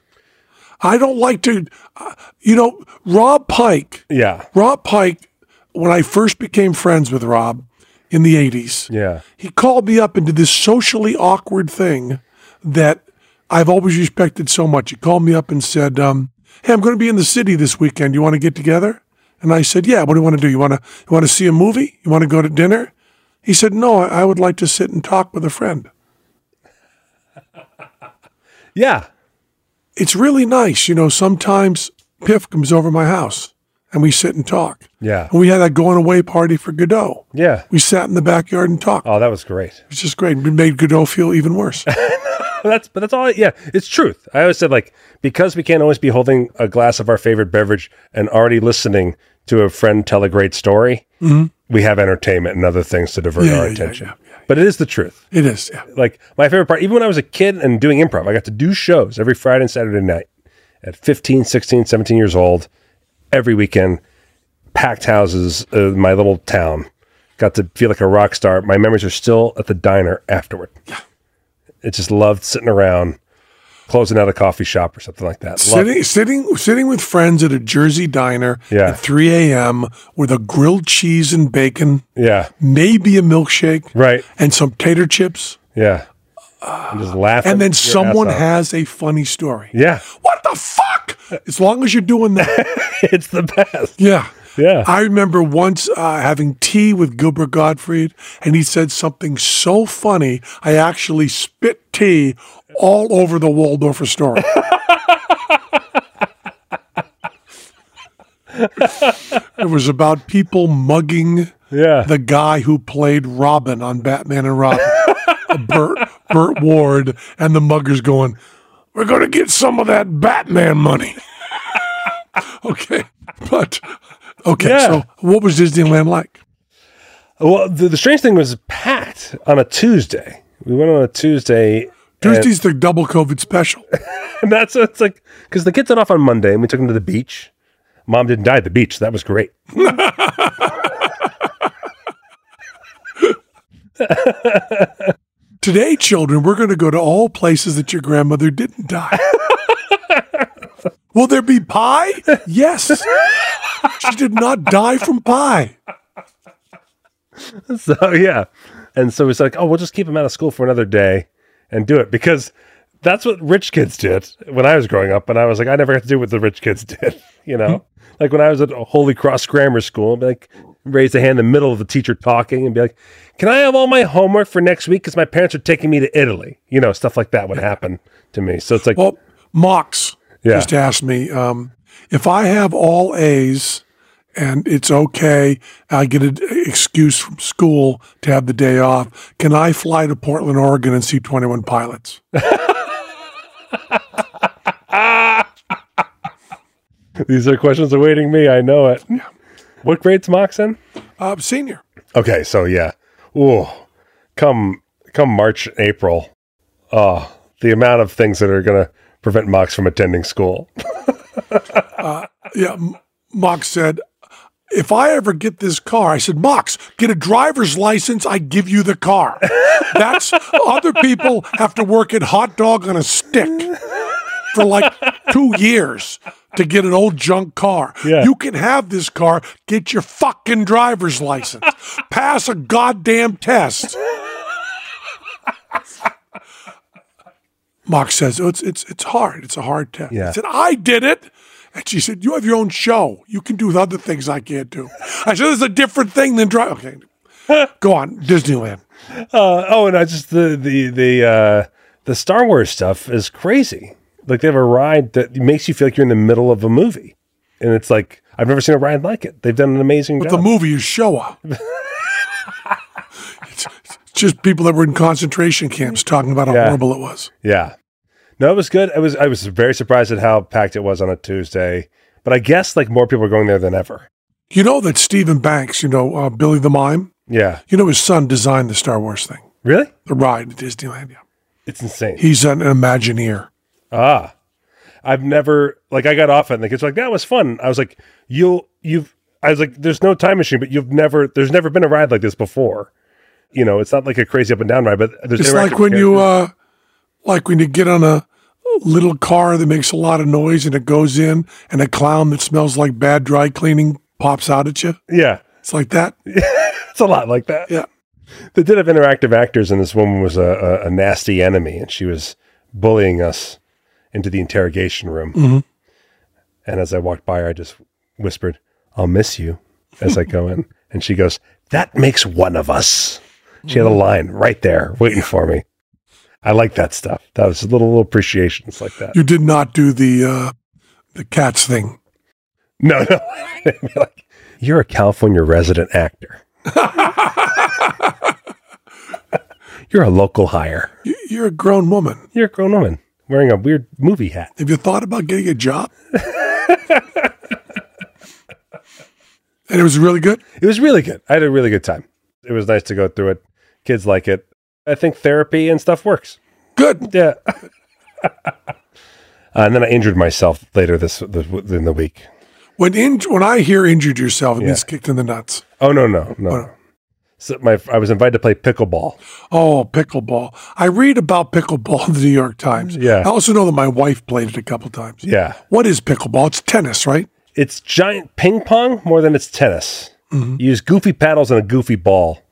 Speaker 4: I don't like to, uh, you know, Rob Pike.
Speaker 2: Yeah.
Speaker 4: Rob Pike, when I first became friends with Rob in the 80s,
Speaker 2: Yeah.
Speaker 4: he called me up and did this socially awkward thing that I've always respected so much. He called me up and said, um, "Hey, I'm going to be in the city this weekend. You want to get together?" And I said, "Yeah. What do you want to do? You want to you want to see a movie? You want to go to dinner?" He said, "No, I, I would like to sit and talk with a friend."
Speaker 2: Yeah.
Speaker 4: It's really nice, you know. Sometimes Piff comes over my house and we sit and talk.
Speaker 2: Yeah.
Speaker 4: And we had a going away party for Godot.
Speaker 2: Yeah.
Speaker 4: We sat in the backyard and talked.
Speaker 2: Oh, that was great.
Speaker 4: It's just great. We made Godot feel even worse.
Speaker 2: But that's but that's all. Yeah, it's truth. I always said like because we can't always be holding a glass of our favorite beverage and already listening to a friend tell a great story. We have entertainment and other things to divert
Speaker 4: Yeah,
Speaker 2: our
Speaker 4: yeah,
Speaker 2: attention.
Speaker 4: yeah,
Speaker 2: But it is the truth.
Speaker 4: it is. Yeah.
Speaker 2: like my favorite part even when i was a kid and doing improv i got to do shows every friday and saturday night at 15 16 17 years old every weekend packed houses uh, my little town got to feel like a rock star my memories are still at the diner afterward it just loved sitting around closing out a coffee shop or something like that Loved-
Speaker 4: Sitting, sitting, sitting with friends at a Jersey diner
Speaker 2: Yeah.
Speaker 4: at 3 a.m. with a grilled cheese and bacon,
Speaker 2: yeah
Speaker 4: maybe a milkshake,
Speaker 2: right
Speaker 4: and some tater chips,
Speaker 2: yeah I'm just laughing
Speaker 4: Uh, and then
Speaker 2: your ass
Speaker 4: someone
Speaker 2: off.
Speaker 4: has a funny story.
Speaker 2: yeah
Speaker 4: What the fuck? As long as you're doing that,
Speaker 2: it's the best
Speaker 4: yeah.
Speaker 2: Yeah.
Speaker 4: I remember once uh, having tea with Gilbert Gottfried, and he said something so funny, I actually spit tea all over the Waldorf Astoria. it was about people mugging
Speaker 2: yeah
Speaker 4: the guy who played Robin on Batman and Robin, Burt, Burt Ward, and the muggers going, We're going to get some of that Batman money. okay. But, okay.
Speaker 2: Yeah.
Speaker 4: So, what was Disneyland like?
Speaker 2: Well, the, the strange thing was packed on a Tuesday. We went on a Tuesday,
Speaker 4: Tuesday's the double COVID special.
Speaker 2: and that's it's like because the kids went off on Monday, and we took them to the beach. Mom didn't die at the beach. That was great.
Speaker 4: Today, children, we're going to go to all places that your grandmother didn't die. Will there be pie? Yes. She did not die from pie.
Speaker 2: So yeah, and so it's like, oh, we'll just keep them out of school for another day and do it because that's what rich kids did when I was growing up. And I was like, I never got to do what the rich kids did. You know, like when I was at Holy Cross Grammar School, I'd be like raise a hand in the middle of the teacher talking and be like, "Can I have all my homework for next week? Because my parents are taking me to Italy." You know, stuff like that would happen to me. So it's like,
Speaker 4: Well, Mox
Speaker 2: Yeah.
Speaker 4: just asked me um, if I have all A's and it's okay, I get an excuse from school to have the day off. Can I fly to Portland, Oregon and see 21 pilots?
Speaker 2: these are questions awaiting me. I know it. What grade's Mox in?
Speaker 4: Uh, senior.
Speaker 2: Okay, so yeah. Ooh. Come come March, April. Oh, the amount of things that are gonna prevent Mox from attending school.
Speaker 4: Yeah. M- Mox said, if I ever get this car, I said, Mox, get a driver's license. I give you the car. That's other people have to work at hot dog on a stick for like two years to get an old junk car.
Speaker 2: Yeah.
Speaker 4: You can have this car. Get your fucking driver's license. Pass a goddamn test. Mox says, "Oh, it's it's it's hard. It's a hard test."
Speaker 2: Yeah.
Speaker 4: I said, "I did it," and she said, "You have your own show. You can do other things I can't do." I said, "It's a different thing than drive." Okay, go on Disneyland.
Speaker 2: Uh, oh, and I just the the the uh, the Star Wars stuff is crazy. Like they have a ride that makes you feel like you're in the middle of a movie, and it's like I've never seen a ride like it. They've done an amazing
Speaker 4: But
Speaker 2: job.
Speaker 4: the movie is Showa. it's, it's just people that were in concentration camps talking about how
Speaker 2: Yeah.
Speaker 4: horrible it was.
Speaker 2: yeah, no, it was good. I was I was very surprised at how packed it was on a Tuesday, but I guess like more people are going there than ever.
Speaker 4: You know that Stephen Banks, you know uh, Billy the Mime,
Speaker 2: Yeah,
Speaker 4: you know his son designed the Star Wars thing,
Speaker 2: really,
Speaker 4: the ride at Disneyland. Yeah.
Speaker 2: it's insane.
Speaker 4: He's an Imagineer.
Speaker 2: Ah, I've never like I got off it and the kids were like that was fun. I was like you'll you've I was like there's no time machine, but you've never there's never been a ride like this before. You know, it's not like a crazy up and down ride, but there's
Speaker 4: It's
Speaker 2: interactive
Speaker 4: like when you
Speaker 2: characters.
Speaker 4: uh like when you get on a little car that makes a lot of noise and it goes in and a clown that smells like bad dry cleaning pops out at you.
Speaker 2: yeah,
Speaker 4: It's like that.
Speaker 2: it's a lot like that.
Speaker 4: Yeah.
Speaker 2: They did have interactive actors, and this woman was a, a, a nasty enemy, and she was bullying us into the interrogation room. And as I walked by her, I just whispered, I'll miss you as I go in. And she goes, That makes one of us. She had a line right there waiting for me. I like that stuff. That was little, little appreciations like that.
Speaker 4: You did not do the uh the cats thing.
Speaker 2: No, no. They'd be like, You're a California resident actor. You're a local hire.
Speaker 4: You, you're a grown woman.
Speaker 2: You're a grown woman wearing a weird movie hat.
Speaker 4: Have you thought about getting a job? and it was really good.
Speaker 2: It was really good. I had a really good time. It was nice to go through it. Kids like it. I think therapy and stuff works.
Speaker 4: Good.
Speaker 2: Yeah. Uh, and then I injured myself later this, this in the week.
Speaker 4: When in, when I hear injured yourself, it
Speaker 2: Yeah.
Speaker 4: means kicked in the nuts.
Speaker 2: Oh no no no.
Speaker 4: Oh.
Speaker 2: So my I was invited to play pickleball.
Speaker 4: Oh, pickleball. I read about pickleball in the New York Times.
Speaker 2: Yeah.
Speaker 4: I also know that my wife played it a couple times.
Speaker 2: Yeah.
Speaker 4: What is pickleball? It's tennis, right?
Speaker 2: It's giant ping pong more than it's tennis. You use goofy paddles and a goofy ball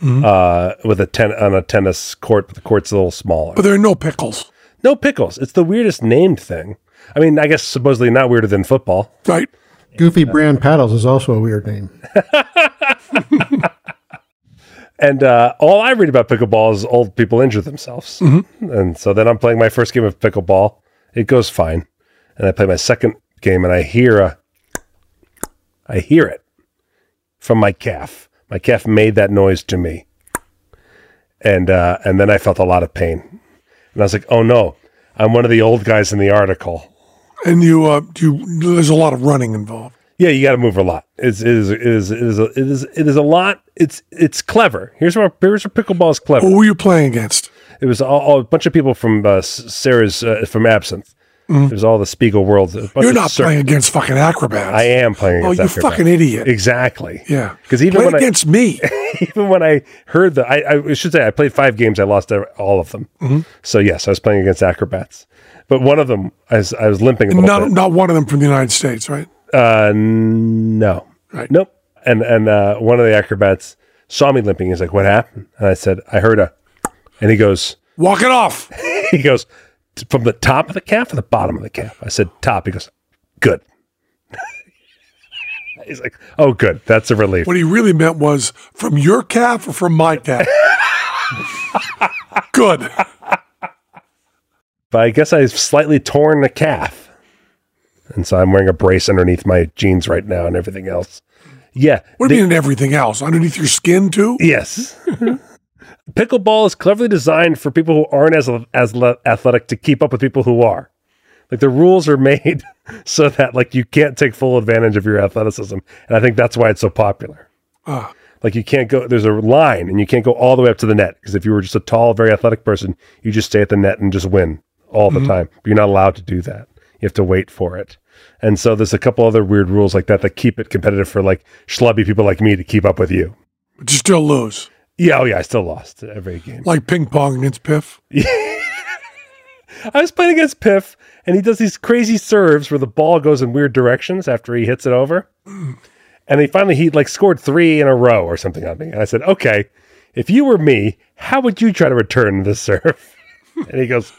Speaker 2: uh, with a ten on a tennis court, but the court's a little smaller.
Speaker 4: But there are no pickles,
Speaker 2: No pickles. It's the weirdest named thing. I mean, I guess supposedly not weirder than football.
Speaker 4: right?
Speaker 1: Goofy Brand Paddles is also a weird name.
Speaker 2: And uh, all I read about pickleball is old people injure themselves. And so then I'm playing my first game of pickleball. It goes fine. And I play my second game and I hear a, I hear it from my calf. My calf made that noise to me. And, uh, and then I felt a lot of pain. And I was like, oh no, I'm one of the old guys in the article.
Speaker 4: And you, uh, you, there's a lot of running involved.
Speaker 2: Yeah, you got to move a lot. It's, it is it is it is a, it is it is a lot. It's it's clever. Here's where here's where pickleball is clever.
Speaker 4: Who were you playing against?
Speaker 2: It was all, all- a bunch of people from uh, S- Sarah's uh, from Absinthe. It was all the Spiegel world. a bunch
Speaker 4: Mm-hmm. You're
Speaker 2: of
Speaker 4: not
Speaker 2: Sir-
Speaker 4: playing against fucking acrobats.
Speaker 2: I am playing.
Speaker 4: Oh,
Speaker 2: against
Speaker 4: you
Speaker 2: that paper.
Speaker 4: fucking idiot.
Speaker 2: Exactly.
Speaker 4: Yeah.
Speaker 2: Because even
Speaker 4: Play
Speaker 2: when
Speaker 4: against me.
Speaker 2: I even when I heard the I, I should say I played five games. I lost ev- all of them.
Speaker 4: Mm-hmm.
Speaker 2: So yes, I was playing against acrobats. But one of them, I was, I was limping a little
Speaker 4: not,
Speaker 2: bit.
Speaker 4: not one of them from the United States, right?
Speaker 2: Uh, n- no.
Speaker 4: Right.
Speaker 2: Nope. And and uh, one of the acrobats saw me limping. He's like, "What happened?" And I said, "I heard a," and he goes,
Speaker 4: Walk it off.
Speaker 2: he goes "T- from the top of the calf or the bottom of the calf. I said top. He goes, "Good." He's like, oh, good. That's a relief.
Speaker 4: What he really meant was from your calf or from my calf? Good.
Speaker 2: But I guess I've slightly torn the calf. And so I'm wearing a brace underneath my jeans right now and everything else. Yeah.
Speaker 4: What do you mean in everything else? Underneath your skin, too?
Speaker 2: Yes. Pickleball is cleverly designed for people who aren't as as le- athletic to keep up with people who are. Like the rules are made so that like you can't take full advantage of your athleticism, and I think that's why it's so popular. Like you can't go. There's a line, and you can't go all the way up to the net because if you were just a tall, very athletic person, you just stay at the net and just win all the time. But you're not allowed to do that. You have to wait for it. And so there's a couple other weird rules like that that keep it competitive for like schlubby people like me to keep up with you.
Speaker 4: But you still lose.
Speaker 2: Yeah, oh yeah, I still lost every game.
Speaker 4: Like ping pong against Piff.
Speaker 2: I was playing against Piff, and he does these crazy serves where the ball goes in weird directions after he hits it over. And he finally he like scored three in a row or something on me. And I said, "Okay, if you were me, how would you try to return this serve?" and he goes,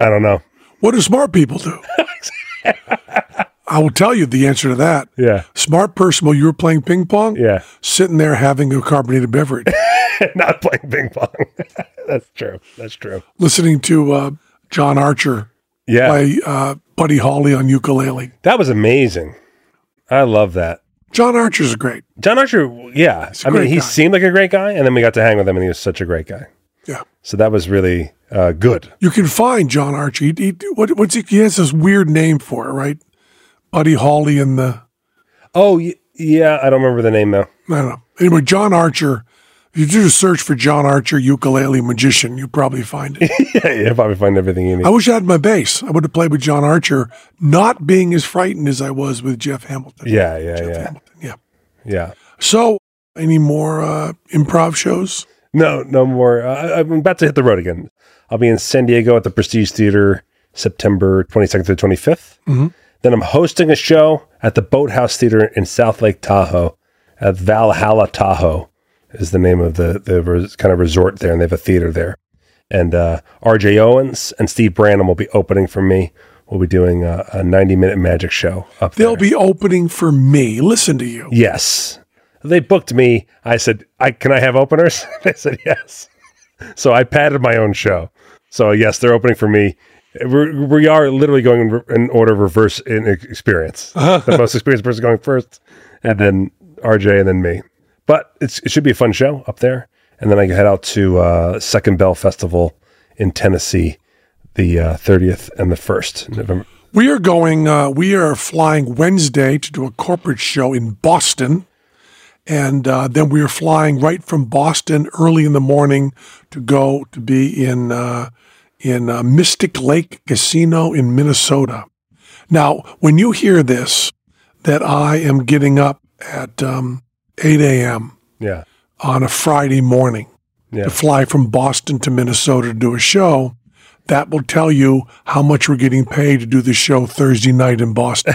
Speaker 2: "I don't know."
Speaker 4: What do smart people do? I will tell you the answer to that.
Speaker 2: Yeah,
Speaker 4: Smart person, while you were playing ping pong,
Speaker 2: yeah,
Speaker 4: sitting there having a carbonated beverage,
Speaker 2: not playing ping pong. That's true. That's true.
Speaker 4: listening to uh, John Archer
Speaker 2: Yeah,
Speaker 4: play uh, Buddy Holly on ukulele.
Speaker 2: that was amazing. I love that.
Speaker 4: John Archer's great.
Speaker 2: John Archer, yeah.
Speaker 4: a
Speaker 2: I mean,
Speaker 4: great
Speaker 2: he
Speaker 4: guy.
Speaker 2: seemed like a great guy, and then we got to hang with him, and he was such a great guy.
Speaker 4: Yeah.
Speaker 2: So that was really uh, good.
Speaker 4: You can find John Archer. He, he, what, what's he, he has this weird name for it, right? Buddy Holly and the
Speaker 2: Oh, y- yeah. I don't remember the name, though.
Speaker 4: I don't know. Anyway, John Archer. If you do a search for John Archer ukulele magician, you probably find it.
Speaker 2: yeah, you'll probably find everything you need.
Speaker 4: I wish I had my bass. I would have played with John Archer, not being as frightened as I was with Jeff Hamilton.
Speaker 2: yeah, yeah, yeah.
Speaker 4: Hamilton. Yeah.
Speaker 2: Yeah.
Speaker 4: So, any more uh, improv shows?
Speaker 2: No, no more. Uh, I- I'm about to hit the road again. I'll be in San Diego at the Prestige Theater September 22nd through 25th. Mm-hmm. Then I'm hosting a show at the Boathouse Theater in South Lake Tahoe at Valhalla Tahoe is the name of the, the res, kind of resort there. And they have a theater there. And uh, RJ Owens and Steve Branham will be opening for me. We'll be doing a, a 90 minute magic show up there.
Speaker 4: They'll be opening for me. Listen to you.
Speaker 2: Yes. They booked me. I said, I can I have openers? they said yes. So I padded my own show. So yes, they're opening for me. We're, we are literally going in, re- in order of reverse in experience. the most experienced person going first, and then RJ, and then me. But it's, it should be a fun show up there. And then I head out to uh, Second Bell Festival in Tennessee, the uh, 30th and the 1st November.
Speaker 4: We are going, uh, we are flying Wednesday to do a corporate show in Boston. And uh, then we are flying right from Boston early in the morning to go to be in, uh, in uh, Mystic Lake Casino in Minnesota. Now, when you hear this, that I am getting up at um, 8 a.m.
Speaker 2: Yeah.
Speaker 4: on a Friday morning
Speaker 2: Yeah.
Speaker 4: to fly from Boston to Minnesota to do a show, that will tell you how much we're getting paid to do the show Thursday night in Boston.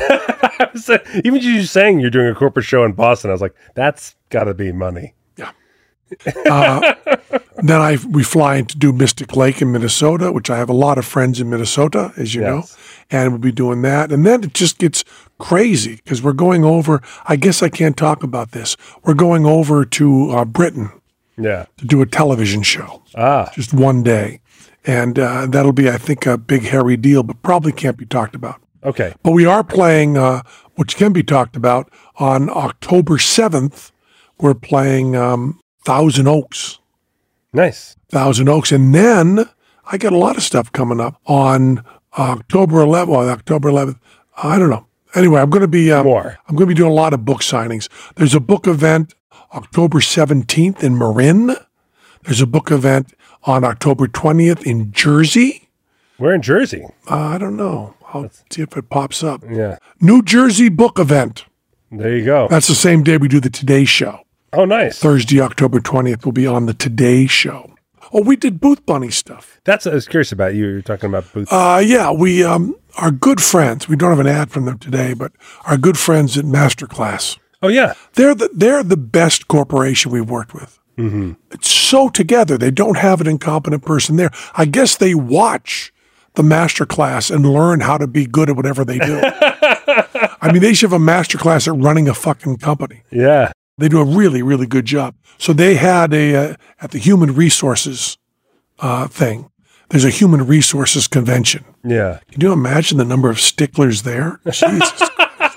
Speaker 2: So, even you saying you're doing a corporate show in Boston, I was like, that's got to be money.
Speaker 4: then I we fly in to do Mystic Lake in Minnesota, which I have a lot of friends in Minnesota, as you
Speaker 2: Yes.
Speaker 4: know, and we'll be doing that. And then it just gets crazy because we're going over. I guess I can't talk about this. We're going over to uh, Britain
Speaker 2: Yeah.
Speaker 4: to do a television show.
Speaker 2: Ah.
Speaker 4: just one day. And uh, that'll be, I think, a big hairy deal, but probably can't be talked about.
Speaker 2: Okay.
Speaker 4: But we are playing, uh, which can be talked about, on October 7th. We're playing um, Thousand Oaks.
Speaker 2: Nice.
Speaker 4: Thousand Oaks. And then I got a lot of stuff coming up on October 11th. Well, October 11th. I don't know. Anyway, I'm going to be uh,
Speaker 2: More.
Speaker 4: I'm going to be doing a lot of book signings. There's a book event October 17th in Marin. There's a book event on October 20th in Jersey.
Speaker 2: We're in Jersey.
Speaker 4: Uh, I don't know. I'll see if it pops up.
Speaker 2: Yeah.
Speaker 4: New Jersey book event.
Speaker 2: There you go.
Speaker 4: That's the same day we do the Today Show.
Speaker 2: Oh, nice.
Speaker 4: Thursday, October 20th, will be on the Today Show. Oh, we did Booth Bunny stuff.
Speaker 2: That's what I was curious about. You were talking about booth.
Speaker 4: Uh, yeah, we um, are good friends. We don't have an ad from them today, but our good friends at Masterclass.
Speaker 2: oh, yeah.
Speaker 4: They're the they're the best corporation we've worked with. It's so together. They don't have an incompetent person there. I guess they watch the master class and learn how to be good at whatever they do. I mean, they should have a master class at running a fucking company.
Speaker 2: Yeah.
Speaker 4: They do a really, really good job. So they had a uh, at the human resources uh, thing. There's a human resources convention.
Speaker 2: Yeah.
Speaker 4: Can you imagine the number of sticklers there? Jesus. Christ.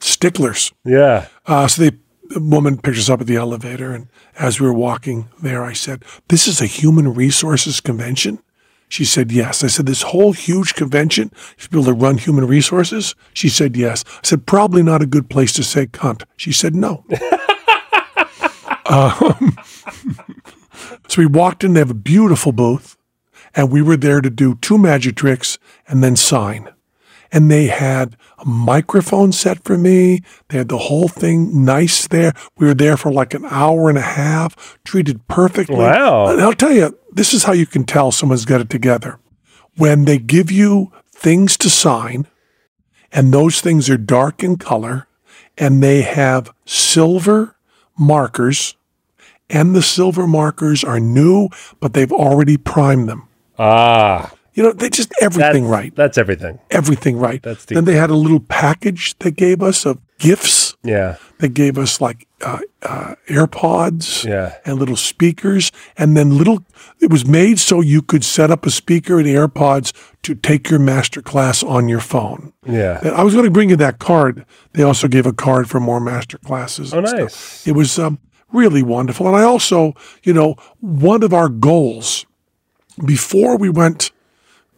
Speaker 4: sticklers.
Speaker 2: Yeah.
Speaker 4: Uh, so they, the woman picked us up at the elevator, and as we were walking there, I said, "This is a human resources convention." She said, "Yes." I said, "This whole huge convention, you should be able to run human resources." She said, "Yes." I said, "Probably not a good place to say cunt." She said, "No." Um, so we walked in. They have a beautiful booth, and we were there to do two magic tricks and then sign and they had a microphone set for me. They had the whole thing nice there. We were there for like an hour and a half, treated perfectly.
Speaker 2: Wow.
Speaker 4: And I'll tell you, this is how you can tell someone's got it together. When they give you things to sign, and those things are dark in color, and they have silver markers, and the silver markers are new, but they've already primed them.
Speaker 2: Ah.
Speaker 4: You know, they just
Speaker 2: That's,
Speaker 4: everything right
Speaker 2: That's everything.
Speaker 4: everything right.
Speaker 2: That's deep.
Speaker 4: then they had a little package they gave us of gifts.
Speaker 2: Yeah.
Speaker 4: They gave us like uh, uh, AirPods
Speaker 2: Yeah.
Speaker 4: and little speakers, and then little. It was made so you could set up a speaker and AirPods to take your master class on your phone.
Speaker 2: Yeah.
Speaker 4: I was going to bring you that card. They also gave a card for more master classes.
Speaker 2: Oh,
Speaker 4: and stuff.
Speaker 2: nice.
Speaker 4: It was um, really wonderful. And I also, you know, one of our goals before we went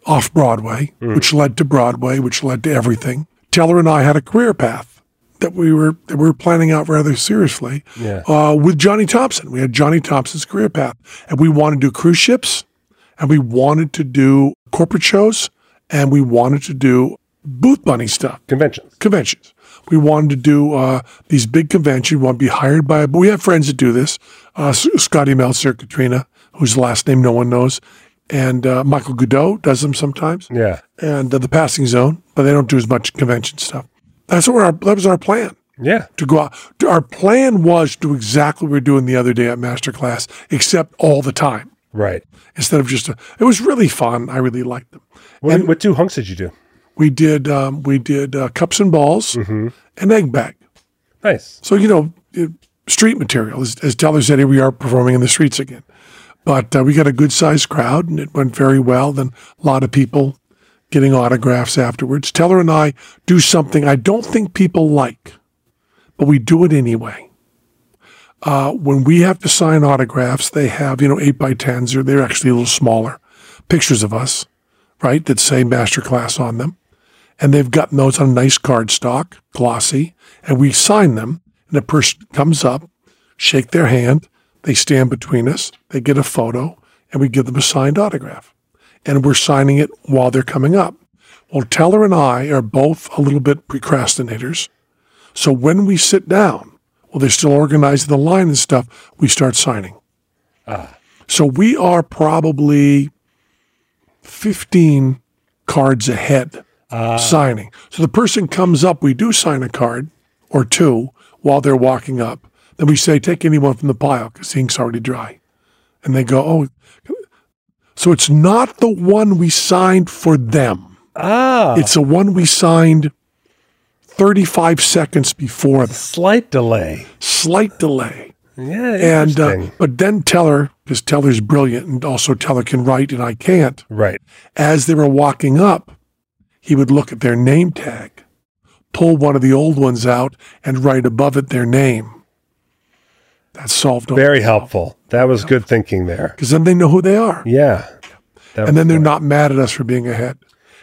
Speaker 4: off Broadway,
Speaker 2: Mm.
Speaker 4: which led to Broadway, which led to everything, Teller and I had a career path that we were that we were planning out rather seriously
Speaker 2: Yeah.
Speaker 4: uh, with Johnny Thompson. We had Johnny Thompson's career path, and we wanted to do cruise ships, and we wanted to do corporate shows, and we wanted to do booth bunny stuff
Speaker 2: Conventions.
Speaker 4: conventions. We wanted to do uh, these big conventions. We want to be hired by, but we have friends that do this. Uh, S- Scotty Meltzer, Katrina, whose last name no one knows, and uh, Michael Godot does them sometimes,
Speaker 2: Yeah.
Speaker 4: and uh, the Passing Zone, but they don't do as much convention stuff. That's what our that was our plan
Speaker 2: Yeah.
Speaker 4: to go out. to- Our plan was to do exactly what we were doing the other day at Masterclass, except all the time
Speaker 2: Right.
Speaker 4: instead of just. A, it was really fun. I really liked them.
Speaker 2: What, what two hunks did you do?
Speaker 4: We did um, we did uh, cups and balls and egg bag.
Speaker 2: Nice.
Speaker 4: So, you know, it- street material. As, as Teller said, here we are performing in the streets again. But uh, we got a good sized crowd and it went very well. Then a lot of people getting autographs afterwards. Teller and I do something I don't think people like, but we do it anyway. Uh, when we have to sign autographs, they have, you know, 8 by 10s or they're actually a little smaller pictures of us, right, that say masterclass on them and they've gotten those on nice cardstock, glossy, and we sign them. And a person comes up, shake their hand, they stand between us, they get a photo, and we give them a signed autograph. And we're signing it while they're coming up. Well, Teller and I are both a little bit procrastinators. So when we sit down, well, they're still organizing the line and stuff, we start signing. So we are probably 15 cards ahead signing. So the person comes up, we do sign a card or two while they're walking up. Then we say, take anyone from the pile because the ink's already dry. And they go, oh. So it's not the one we signed for them.
Speaker 2: Ah.
Speaker 4: It's the one we signed 35 seconds before them.
Speaker 2: Slight delay.
Speaker 4: Slight delay.
Speaker 2: Yeah.
Speaker 4: And uh,
Speaker 2: interesting.
Speaker 4: but then Teller, because Teller's brilliant and also Teller can write and I can't
Speaker 2: right.
Speaker 4: as they were walking up, he would look at their name tag, pull one of the old ones out, and write above it their name. That solved all
Speaker 2: Very helpful. That was good thinking there.
Speaker 4: because then they know who they are,
Speaker 2: Yeah. That
Speaker 4: and then
Speaker 2: was-
Speaker 4: they're not mad at us for being ahead.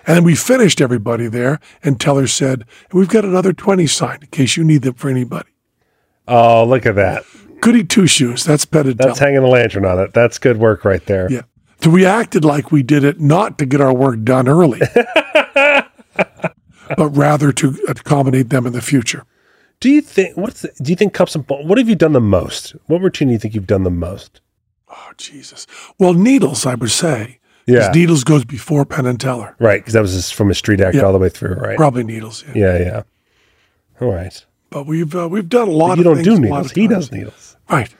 Speaker 4: And then we finished everybody there, and Teller said, "We've got another twenty signed in case you need them for anybody."
Speaker 2: Oh, look at that.
Speaker 4: Goody two shoes. That's better.
Speaker 2: That's hanging the lantern on it. That's good work right there.
Speaker 4: Yeah. So we acted like we did it not to get our work done early, but rather to accommodate them in the future.
Speaker 2: Do you think what's the, do you think cups and balls? What have you done the most? What routine do you think you've done the most?
Speaker 4: Oh, Jesus. Well, Needles, I would say. 'Cause
Speaker 2: Yeah.
Speaker 4: Needles goes before Penn and Teller.
Speaker 2: Right, because that was just from a street act
Speaker 4: Yeah.
Speaker 2: all the way through, right?
Speaker 4: Probably Needles. Yeah.
Speaker 2: Yeah, yeah. All right.
Speaker 4: But we've uh, we've done a lot
Speaker 2: You
Speaker 4: of
Speaker 2: don't
Speaker 4: things.
Speaker 2: do
Speaker 4: a lot
Speaker 2: needles.
Speaker 4: of
Speaker 2: He
Speaker 4: times.
Speaker 2: does needles.
Speaker 4: Right.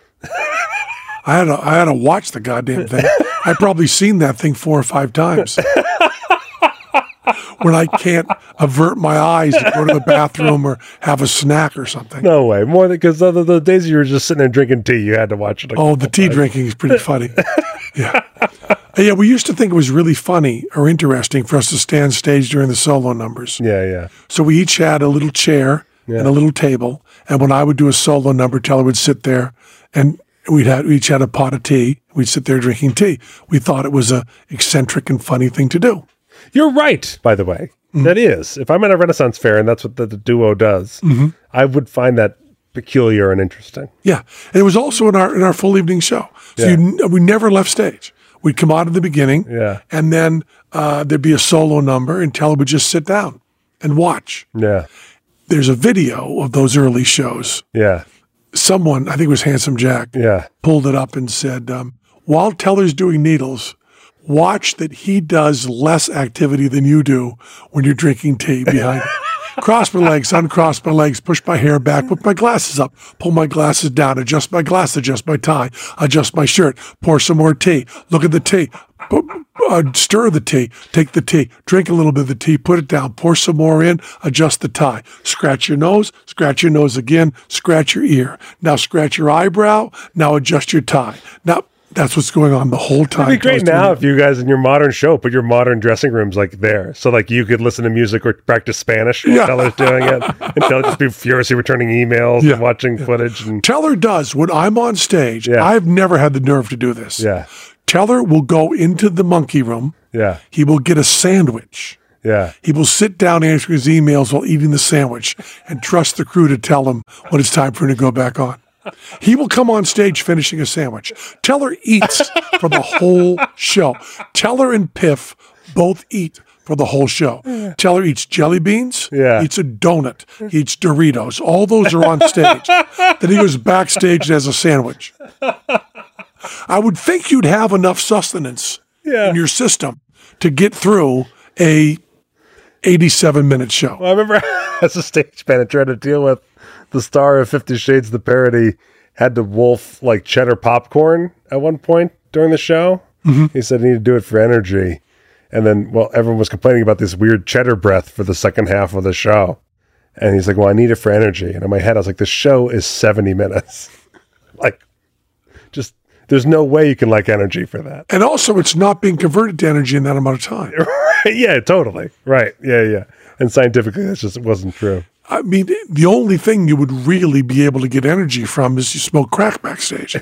Speaker 4: I had to, I had to watch the goddamn thing. I probably seen that thing four or five times. when I can't avert my eyes to go to the bathroom or have a snack or something.
Speaker 2: No way. More than because the, the, the days you were just sitting there drinking tea, you had to watch it.
Speaker 4: Oh, the tea drinking is pretty funny. Yeah. Yeah, we used to think it was really funny or interesting for us to stand stage during the solo numbers.
Speaker 2: Yeah, yeah.
Speaker 4: So we each had a little chair and a little table. And when I would do a solo number, Teller would sit there and we'd had, we each had a pot of tea. We'd sit there drinking tea. We thought it was a eccentric and funny thing to do.
Speaker 2: You're right, by the way.
Speaker 4: Mm-hmm.
Speaker 2: That is. If I'm at a Renaissance fair and that's what the, the duo does,
Speaker 4: Mm-hmm.
Speaker 2: I would find that peculiar and interesting.
Speaker 4: Yeah, and it was also in our in our full evening show. So you, we never left stage. We'd come out at the beginning,
Speaker 2: Yeah.
Speaker 4: and then uh, there'd be a solo number, and Teller would just sit down and watch.
Speaker 2: Yeah.
Speaker 4: There's a video of those early shows.
Speaker 2: Yeah.
Speaker 4: Someone, I think it was Handsome Jack,
Speaker 2: Yeah.
Speaker 4: pulled it up and said, um, while Teller's doing needles, watch that he does less activity than you do when you're drinking tea behind him. Cross my legs, uncross my legs, push my hair back, put my glasses up, pull my glasses down, adjust my glass, adjust my tie, adjust my shirt, pour some more tea, look at the tea, pu- uh, stir the tea, take the tea, drink a little bit of the tea, put it down, pour some more in, adjust the tie, scratch your nose, scratch your nose again, scratch your ear. Now scratch your eyebrow, now adjust your tie. Now, that's what's going on the whole time.
Speaker 2: It'd be great
Speaker 4: Toasty
Speaker 2: now if you guys in your modern show put your modern dressing rooms like there, so like you could listen to music or practice Spanish while
Speaker 4: Yeah.
Speaker 2: Teller's doing it, and Teller just be furiously returning emails,
Speaker 4: Yeah.
Speaker 2: and watching footage, and
Speaker 4: Teller does when I'm on stage.
Speaker 2: Yeah.
Speaker 4: I've never had the nerve to do this.
Speaker 2: yeah,
Speaker 4: Teller will go into the monkey room.
Speaker 2: yeah,
Speaker 4: He will get a sandwich.
Speaker 2: yeah.
Speaker 4: He will sit down answering his emails while eating the sandwich and trust the crew to tell him when it's time for him to go back on. He will come on stage finishing a sandwich. Teller eats for the whole show. Teller and Piff both eat for the whole show. Teller eats jelly beans,
Speaker 2: Yeah.
Speaker 4: eats a donut, he eats Doritos. All those are on stage. then he goes backstage and has a sandwich. I would think you'd have enough sustenance
Speaker 2: Yeah.
Speaker 4: in your system to get through a 87 minute show.
Speaker 2: I remember as a stage manager I had to deal with the star of Fifty Shades the parody had to wolf like cheddar popcorn at one point during the show. He said he needed to do it for energy, and then well everyone was complaining about this weird cheddar breath for the second half of the show, and he's like, "Well, I need it for energy," and in my head I was like, "The show is seventy minutes, like just." There's no way you can like energy for that.
Speaker 4: And also, it's not being converted to energy in that amount of time.
Speaker 2: yeah, totally. Right. Yeah, yeah. And scientifically, that's just it wasn't true.
Speaker 4: I mean, the only thing you would really be able to get energy from is you smoke crack backstage.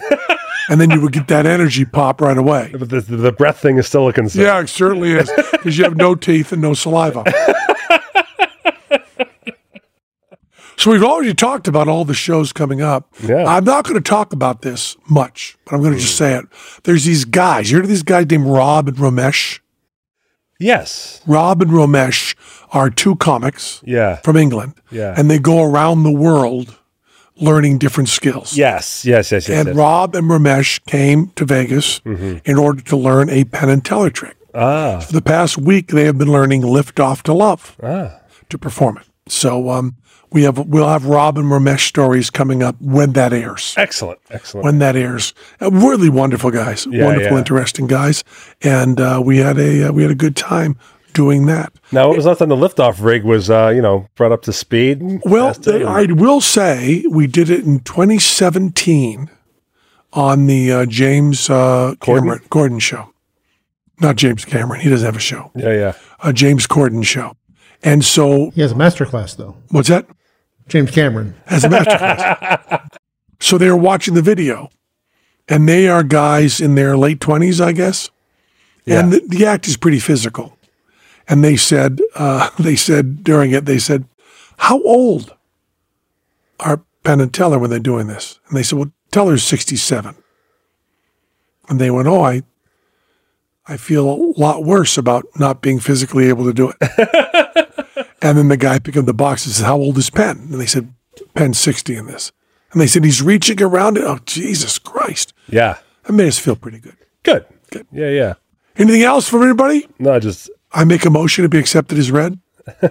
Speaker 4: and then you would get that energy pop right away.
Speaker 2: But the, the breath thing is still a concern.
Speaker 4: Yeah, it certainly is because you have no teeth and no saliva. so we've already talked about all the shows coming up.
Speaker 2: Yeah.
Speaker 4: I'm not going to talk about this much, but I'm going to just say it. There's these guys. You heard of these guys named Rob and Ramesh?
Speaker 2: Yes.
Speaker 4: Rob and Ramesh are two comics
Speaker 2: Yeah.
Speaker 4: from England.
Speaker 2: Yeah.
Speaker 4: And they go around the world learning different skills.
Speaker 2: Yes. Yes. Yes. Yes.
Speaker 4: And
Speaker 2: yes. Mm-hmm.
Speaker 4: Rob and Ramesh came to Vegas in order to learn a pen and teller trick.
Speaker 2: ah.
Speaker 4: For the past week, they have been learning "Lift Off to Love"
Speaker 2: Ah.
Speaker 4: to perform it. So um, we have we'll have Rob and Ramesh stories coming up when that airs.
Speaker 2: Excellent. Excellent.
Speaker 4: When that airs, Uh, really wonderful guys,
Speaker 2: Yeah,
Speaker 4: wonderful,
Speaker 2: yeah.
Speaker 4: interesting guys, and uh, we had a uh, we had a good time doing that.
Speaker 2: now, what was left on the liftoff rig was, uh, you know, brought up to speed. and
Speaker 4: Well,
Speaker 2: tested
Speaker 4: they,
Speaker 2: and-
Speaker 4: I will say we did it in 2017 on the uh, James uh, Cameron Gordon show. Not James Cameron. He doesn't have a show.
Speaker 2: yeah. Yeah.
Speaker 4: A James Corden show. And so,
Speaker 1: He has a master class though.
Speaker 4: what's that?
Speaker 1: James Cameron.
Speaker 4: As a masterclass. so they are watching the video, and they are guys in their late 20s, I guess. And the, the act is pretty physical. And they said, uh, they said during it, they said, How old are Penn and Teller when they're doing this? And they said, Well, Teller's 67. And they went, Oh, I, I feel a lot worse about not being physically able to do it. And then the guy picked up the box and said, How old is Penn? And they said, Penn's 60 in this. And they said, He's reaching around it. Oh, Jesus Christ.
Speaker 2: Yeah.
Speaker 4: That made us feel pretty good.
Speaker 2: Good. Good. Yeah. Yeah.
Speaker 4: Anything else from anybody?
Speaker 2: No, just
Speaker 4: I make a motion to be accepted as read. Do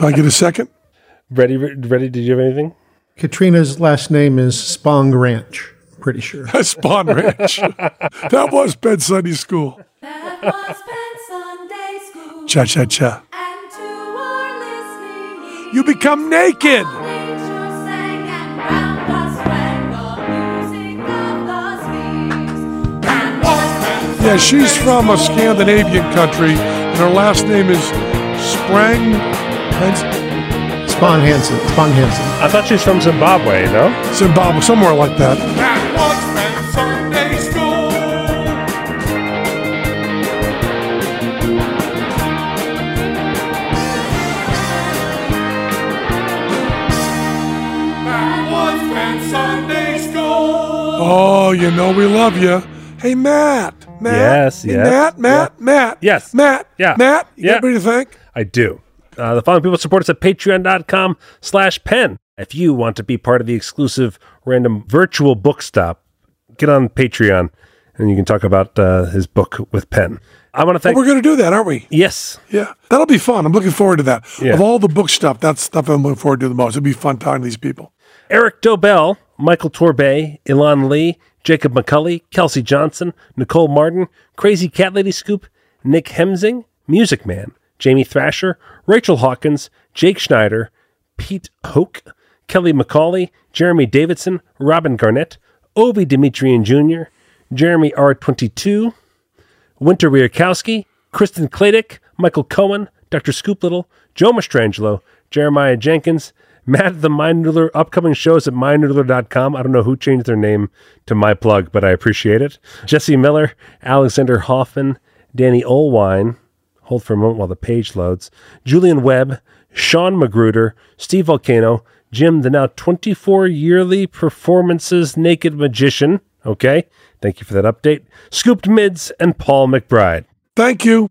Speaker 4: I get a second?
Speaker 2: ready. Ready. Did you have anything?
Speaker 1: Katrina's last name is Spong Ranch. Pretty sure.
Speaker 4: That's Spawn Ranch. that was Penn Sunday School.
Speaker 3: That was Penn Sunday School.
Speaker 4: Cha cha cha.
Speaker 3: And to
Speaker 4: You become naked. Yeah, she's from a Scandinavian country, and her last name is Sprang. Hens-
Speaker 1: Spon Hansen. Spon Hansen.
Speaker 2: I thought she was from Zimbabwe, no?
Speaker 4: Zimbabwe, somewhere like that. Oh, you know we love you. Hey, Matt. Matt.
Speaker 2: Yes,
Speaker 4: Hey,
Speaker 2: yes,
Speaker 4: Matt. Magot, Matt. Matt.
Speaker 2: Yes.
Speaker 4: Matt.
Speaker 2: Yeah.
Speaker 4: Matt. You
Speaker 2: Yeah.
Speaker 4: got anybody to thank? Oh,
Speaker 2: I do. Uh, the following people support us at patreon.com slash pen. If you want to be part of the exclusive random virtual book stop, get on Patreon and you can talk about uh, his book with Penn. I want to thank.
Speaker 4: Oh, We're going to do that, aren't we?
Speaker 2: yes.
Speaker 4: Yeah. That'll be fun. I'm looking forward to that.
Speaker 2: Yeah.
Speaker 4: Of all the book stuff, that's stuff I'm looking forward to the most. It'll be fun talking to these people.
Speaker 2: Eric Dobell, Michael Torbay, Elon Lee, Jacob McCulley, Kelsey Johnson, Nicole Martin, Crazy Cat Lady Scoop, Nick Hemsing, Music Man, Jamie Thrasher, Rachel Hawkins, Jake Schneider, Pete Hoke, Kelly McCauley, Jeremy Davidson, Robin Garnett, Ovi Demetrian Jr., Jeremy R22, Winter Wierkowski, Kristen Kladick, Michael Cohen, Dr. Scoop Little, Joe Mastrangelo, Jeremiah Jenkins, Matt the Mind Noodler, upcoming shows at mindnoodler.com. I don't know who changed their name to my plug, but I appreciate it. Jesse Miller, Alexander Hoffman, Danny Olwine, hold for a moment while the page loads, Julian Webb, Sean Magruder, Steve Volcano, Jim, the now 24 yearly performances naked magician. Okay, thank you for that update. Scooped Mids and Paul McBride.
Speaker 4: Thank you.